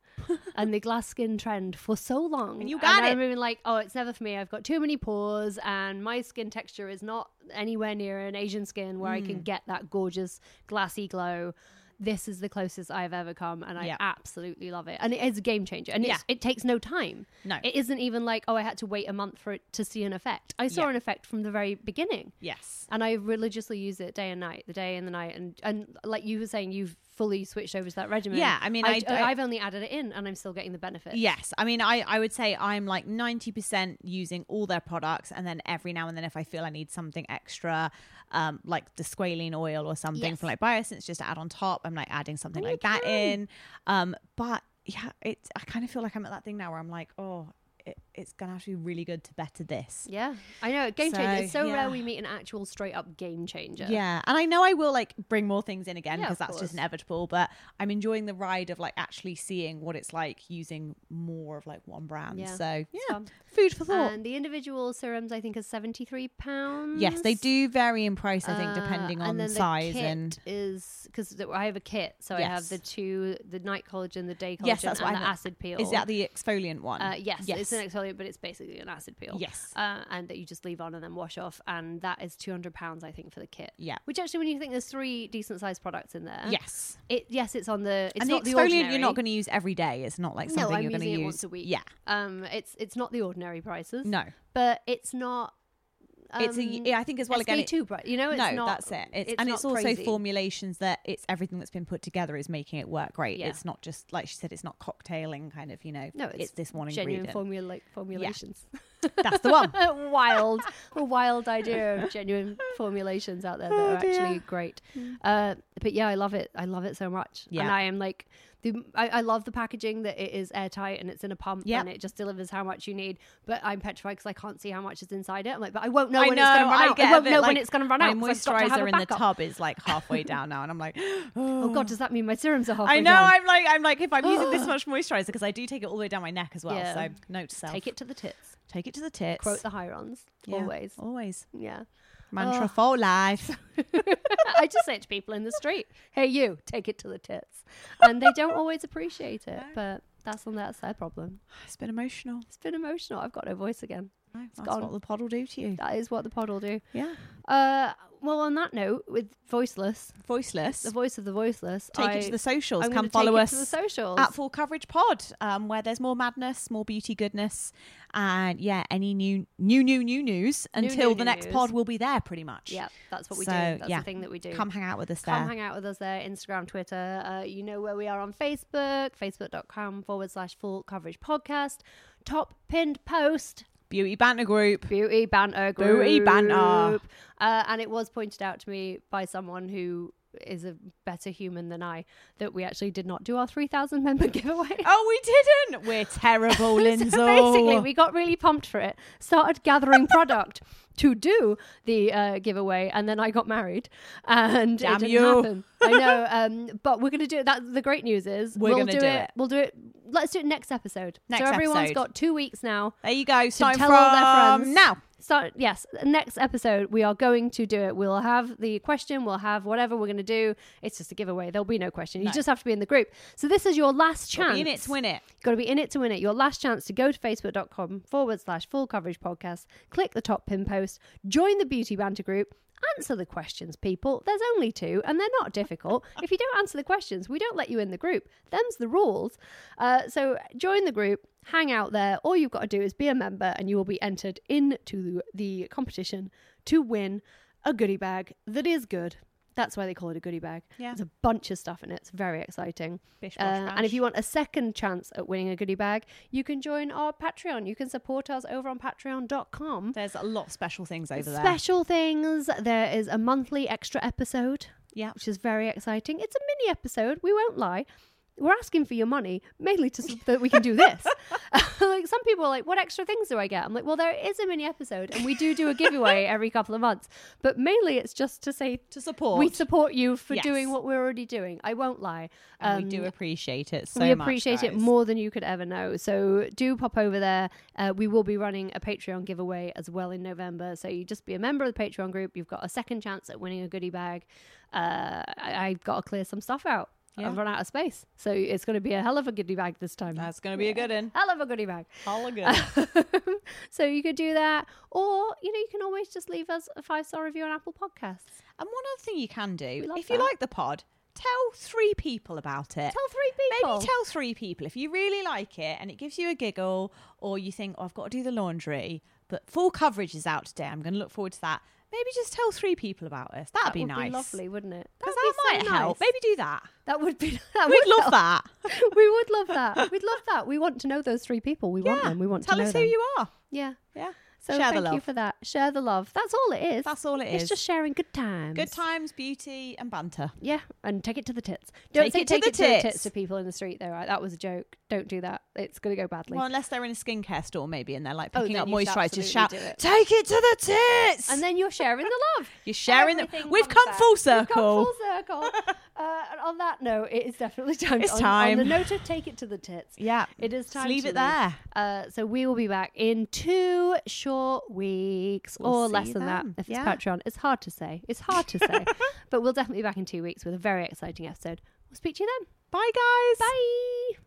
S3: and the glass skin trend for so long.
S2: And you got it.
S3: I'm even like, oh, it's never for me. I've got too many pores, and my skin texture is not anywhere near an Asian skin where I
S2: Mm.
S3: can get that gorgeous glassy glow. This is the closest I've ever come, and I
S2: Yeah.
S3: absolutely love it. And it is a game changer, and it's,
S2: Yeah.
S3: it takes no time.
S2: No.
S3: it isn't even like oh, I had to wait a month for it to see an effect. I saw
S2: Yeah.
S3: an effect from the very beginning
S2: yes.
S3: and I religiously use it day and night, the day and the night, and and like you were saying, you've fully switched over to that regimen.
S2: Yeah, I mean, I- I-
S3: have only added it in, and I'm still getting the benefit.
S2: Yes. I mean, I, I would say I'm like 90% using all their products. And then every now and then, if I feel I need something extra, um, like the squalene oil or something
S3: Yes.
S2: from like Biosense just to add on top, I'm like adding something like that in. Um, but yeah, it's, I kind of feel like I'm at that thing now where I'm like, oh, it, it's going to have to be really good to better this.
S3: yeah, I know. Game
S2: So,
S3: changer. It's so
S2: yeah.
S3: rare we meet an actual straight up game changer.
S2: Yeah, and I know I will like bring more things in again
S3: Yeah,
S2: because
S3: of
S2: that's just
S3: course.
S2: inevitable. But I'm enjoying the ride of like actually seeing what it's like using more of like one brand.
S3: Yeah,
S2: So
S3: it's
S2: yeah,
S3: fun.
S2: food for thought.
S3: And the individual serums, I think, are seventy three pounds.
S2: yes, they do vary in price. I think
S3: Uh,
S2: depending
S3: and
S2: on
S3: then the
S2: size
S3: kit
S2: and
S3: is because I have a kit, so I have
S2: Yes.
S3: the two, the night collagen, the day collagen,
S2: yes, that's
S3: and
S2: what
S3: the
S2: I meant.
S3: acid peel.
S2: Is that the exfoliant one?
S3: Uh, yes, it's an exfoliant, but it's basically an acid peel.
S2: Yes.
S3: uh, and that you just leave on and then wash off, and that is two hundred pounds, I think, for the kit.
S2: Yeah.
S3: which actually, when you think there's three decent sized products in there,
S2: yes.
S3: it yes, it's on the. It's
S2: and the
S3: not the
S2: exfoliant you're not
S3: ordinary.
S2: going to use every day. It's not like
S3: No,
S2: something
S3: I'm
S2: you're going to
S3: using
S2: use
S3: it once a week.
S2: Yeah,
S3: um, it's it's not um, the ordinary prices.
S2: no,
S3: but it's not.
S2: It's a- yeah, I think as well, again, it-
S3: too bright. You know, it's
S2: no,
S3: not,
S2: that's it. It's, and
S3: not
S2: it's also
S3: crazy.
S2: formulations that it's everything that's been put together is making it work great.
S3: Yeah.
S2: It's not just like she said, it's not cocktailing kind of, you know.
S3: No, it's,
S2: this one
S3: genuine
S2: ingredient.
S3: formula like formulations.
S2: That's the one.
S3: wild, a wild idea of genuine formulations out there that
S2: Oh,
S3: are actually great. Uh, but yeah, I love it. I love it so much. And
S2: Mm. Yeah.
S3: I am like, the, I, I love the packaging that it is airtight and it's in a pump
S2: Yep.
S3: and it just delivers how much you need. But I'm petrified because I can't see how much is inside it. I'm like, but I won't know
S2: I
S3: when
S2: know.
S3: it's going to run
S2: I
S3: out.
S2: get
S3: I won't
S2: a bit
S3: know when
S2: like
S3: it's going to run
S2: my
S3: out. 'cause I've got to have a
S2: moisturizer in the
S3: backup.
S2: tub is like halfway down now, and I'm like,
S3: Oh God, does that mean my serums are halfway
S2: I know.
S3: down?
S2: I'm like, I'm like, if I'm using this much moisturizer because I do take it all the way down my neck as well.
S3: Yeah.
S2: So note to self:
S3: Take it to the tits.
S2: take it to the tits.
S3: Quote the Hirons.
S2: Yeah,
S3: Always.
S2: always.
S3: Yeah.
S2: Mantra for life.
S3: I just say it to people in the street, hey, you, take it to the tits. And they don't always appreciate it, but that's on that's their problem.
S2: it's been emotional.
S3: It's been emotional. I've got no voice again.
S2: No, that's
S3: gone.
S2: what the pod will do to you.
S3: That is what the pod will do.
S2: Yeah,
S3: Uh, well, on that note, with voiceless,
S2: voiceless.
S3: the voice of the voiceless,
S2: Take
S3: I-
S2: it to the socials.
S3: I'm
S2: Come
S3: gonna
S2: follow
S3: take
S2: us
S3: it to the socials.
S2: at Full Coverage Pod, um, where there's more madness, more beauty, goodness, and yeah, any new, new, new, new news until
S3: new,
S2: the
S3: new
S2: next
S3: news.
S2: pod will be there, pretty much.
S3: yeah, that's what we
S2: So,
S3: do. That's
S2: yeah.
S3: the thing that we do.
S2: Come hang out with us there.
S3: Come hang out with us there, Instagram, Twitter. Uh, you know where we are on Facebook, facebook.com forward slash full coverage podcast. Top pinned post
S2: Beauty banter group.
S3: Beauty banter group.
S2: Beauty banter.
S3: Uh, and it was pointed out to me by someone who is a better human than I that we actually did not do our 3,000 member giveaway.
S2: Oh, we didn't. We're terrible, Lindsay.
S3: So basically, we got really pumped for it, started gathering product to do the uh, giveaway, and then I got married, and
S2: Damn
S3: it didn't
S2: you.
S3: happen. I know, um, but we're gonna do it. That the great news is
S2: We're
S3: we'll
S2: gonna
S3: do,
S2: do
S3: it.
S2: it.
S3: We'll do it. Let's do it next episode.
S2: Next
S3: so everyone's
S2: episode.
S3: got two weeks now
S2: there you go.
S3: to
S2: Starting
S3: tell
S2: from
S3: all their friends
S2: now.
S3: Start yes. Next episode we are going to do it. We'll have the question. We'll have whatever we're going to do. It's just a giveaway. There'll be no question. You just have to be in the group. So this is your last chance.
S2: In it to win it.
S3: Got to be in it to win it. Your last chance to go to facebook.com forward slash full coverage podcast. Click the top pin post. Join the beauty banter group. Answer the questions, people. There's only two, and they're not difficult. if you don't answer the questions, we don't let you in the group. Them's the rules. Uh, so join the group, hang out there. All you've got to do is be a member, and you will be entered into the competition to win a goodie bag that is good. That's why they call it a goodie bag.
S2: Yeah.
S3: There's a bunch of stuff in it. It's very exciting.
S2: Bish,
S3: Uh,
S2: bosh,
S3: and if
S2: bash.
S3: you want a second chance at winning a goodie bag, you can join our Patreon. You can support us over on patreon.com.
S2: There's a lot of special things over there.
S3: Special things. There is a monthly extra episode,
S2: Yeah.
S3: which is very exciting. It's a mini episode, we won't lie. We're asking for your money mainly to so that we can do this. like some people are like, "What extra things do I get?" I'm like, "Well, there is a mini episode, and we do do a giveaway every couple of months, but mainly it's just to say
S2: To support.
S3: we support you for
S2: Yes.
S3: doing what we're already doing." I won't lie.
S2: and
S3: Um,
S2: we do appreciate it so
S3: we
S2: much,
S3: appreciate it
S2: guys.
S3: more than you could ever know. So do pop over there. Uh, we will be running a Patreon giveaway as well in November. So you just be a member of the Patreon group. You've got a second chance at winning a goodie bag. Uh, I- I've got to clear some stuff out. I've run out of space. So it's going to be a hell of a goodie bag this time.
S2: That's going to be a good one.
S3: hell of a goodie bag.
S2: All a good.
S3: so you could do that. Or, you know, you can always just leave us a five star review on Apple Podcasts.
S2: And one other thing you can do,
S3: love
S2: if you
S3: that.
S2: like the pod, tell three people about it.
S3: Tell three people.
S2: Maybe tell three people. If you really like it and it gives you a giggle, or you think, oh, I've got to do the laundry, but full coverage is out today. I'm going to look forward to that. Maybe just tell three people about us. That'd
S3: That
S2: be
S3: would
S2: nice.
S3: be lovely, wouldn't it?
S2: Because
S3: That'd
S2: that
S3: be so
S2: might help.
S3: nice.
S2: Maybe do that.
S3: That would be. That
S2: We'd
S3: would
S2: love
S3: help.
S2: that.
S3: we would love that. We'd love that. We want to know those three people. We want
S2: Yeah.
S3: them. We want
S2: Tell
S3: to know
S2: us
S3: them.
S2: who you are.
S3: Yeah.
S2: Yeah.
S3: So
S2: Share
S3: thank
S2: the love.
S3: you for that. Share the love. That's all it is.
S2: That's all it
S3: it's
S2: is.
S3: just sharing good times.
S2: Good times, beauty, and banter.
S3: Yeah, and take it to the tits. Don't
S2: Take
S3: say
S2: it to
S3: take
S2: the
S3: it to the tits
S2: tits.
S3: to people in the street, though. Right? That was a joke. Don't do that. It's gonna go badly.
S2: Well, unless they're in a skincare store, maybe, and they're like
S3: Oh,
S2: picking
S3: then
S2: up
S3: you should
S2: moisturizer, just shout,
S3: absolutely do it.
S2: "Take it to the tits!"
S3: and then you're sharing the love.
S2: You're sharing the-
S3: Everything
S2: We've
S3: comes
S2: come
S3: back.
S2: full
S3: We've
S2: circle.
S3: come full circle. uh, and on that note, it is definitely time.
S2: It's
S3: on,
S2: time.
S3: On the note of take it to the tits.
S2: Yeah.
S3: It is
S2: Just
S3: time.
S2: leave
S3: to
S2: it there.
S3: Uh, so we will be back in two short weeks
S2: We'll
S3: or
S2: see
S3: less than
S2: then.
S3: that if
S2: Yeah.
S3: it's Patreon. It's hard to say. It's hard to say. but we'll definitely be back in two weeks with a very exciting episode. We'll speak to you then.
S2: Bye, guys.
S3: Bye.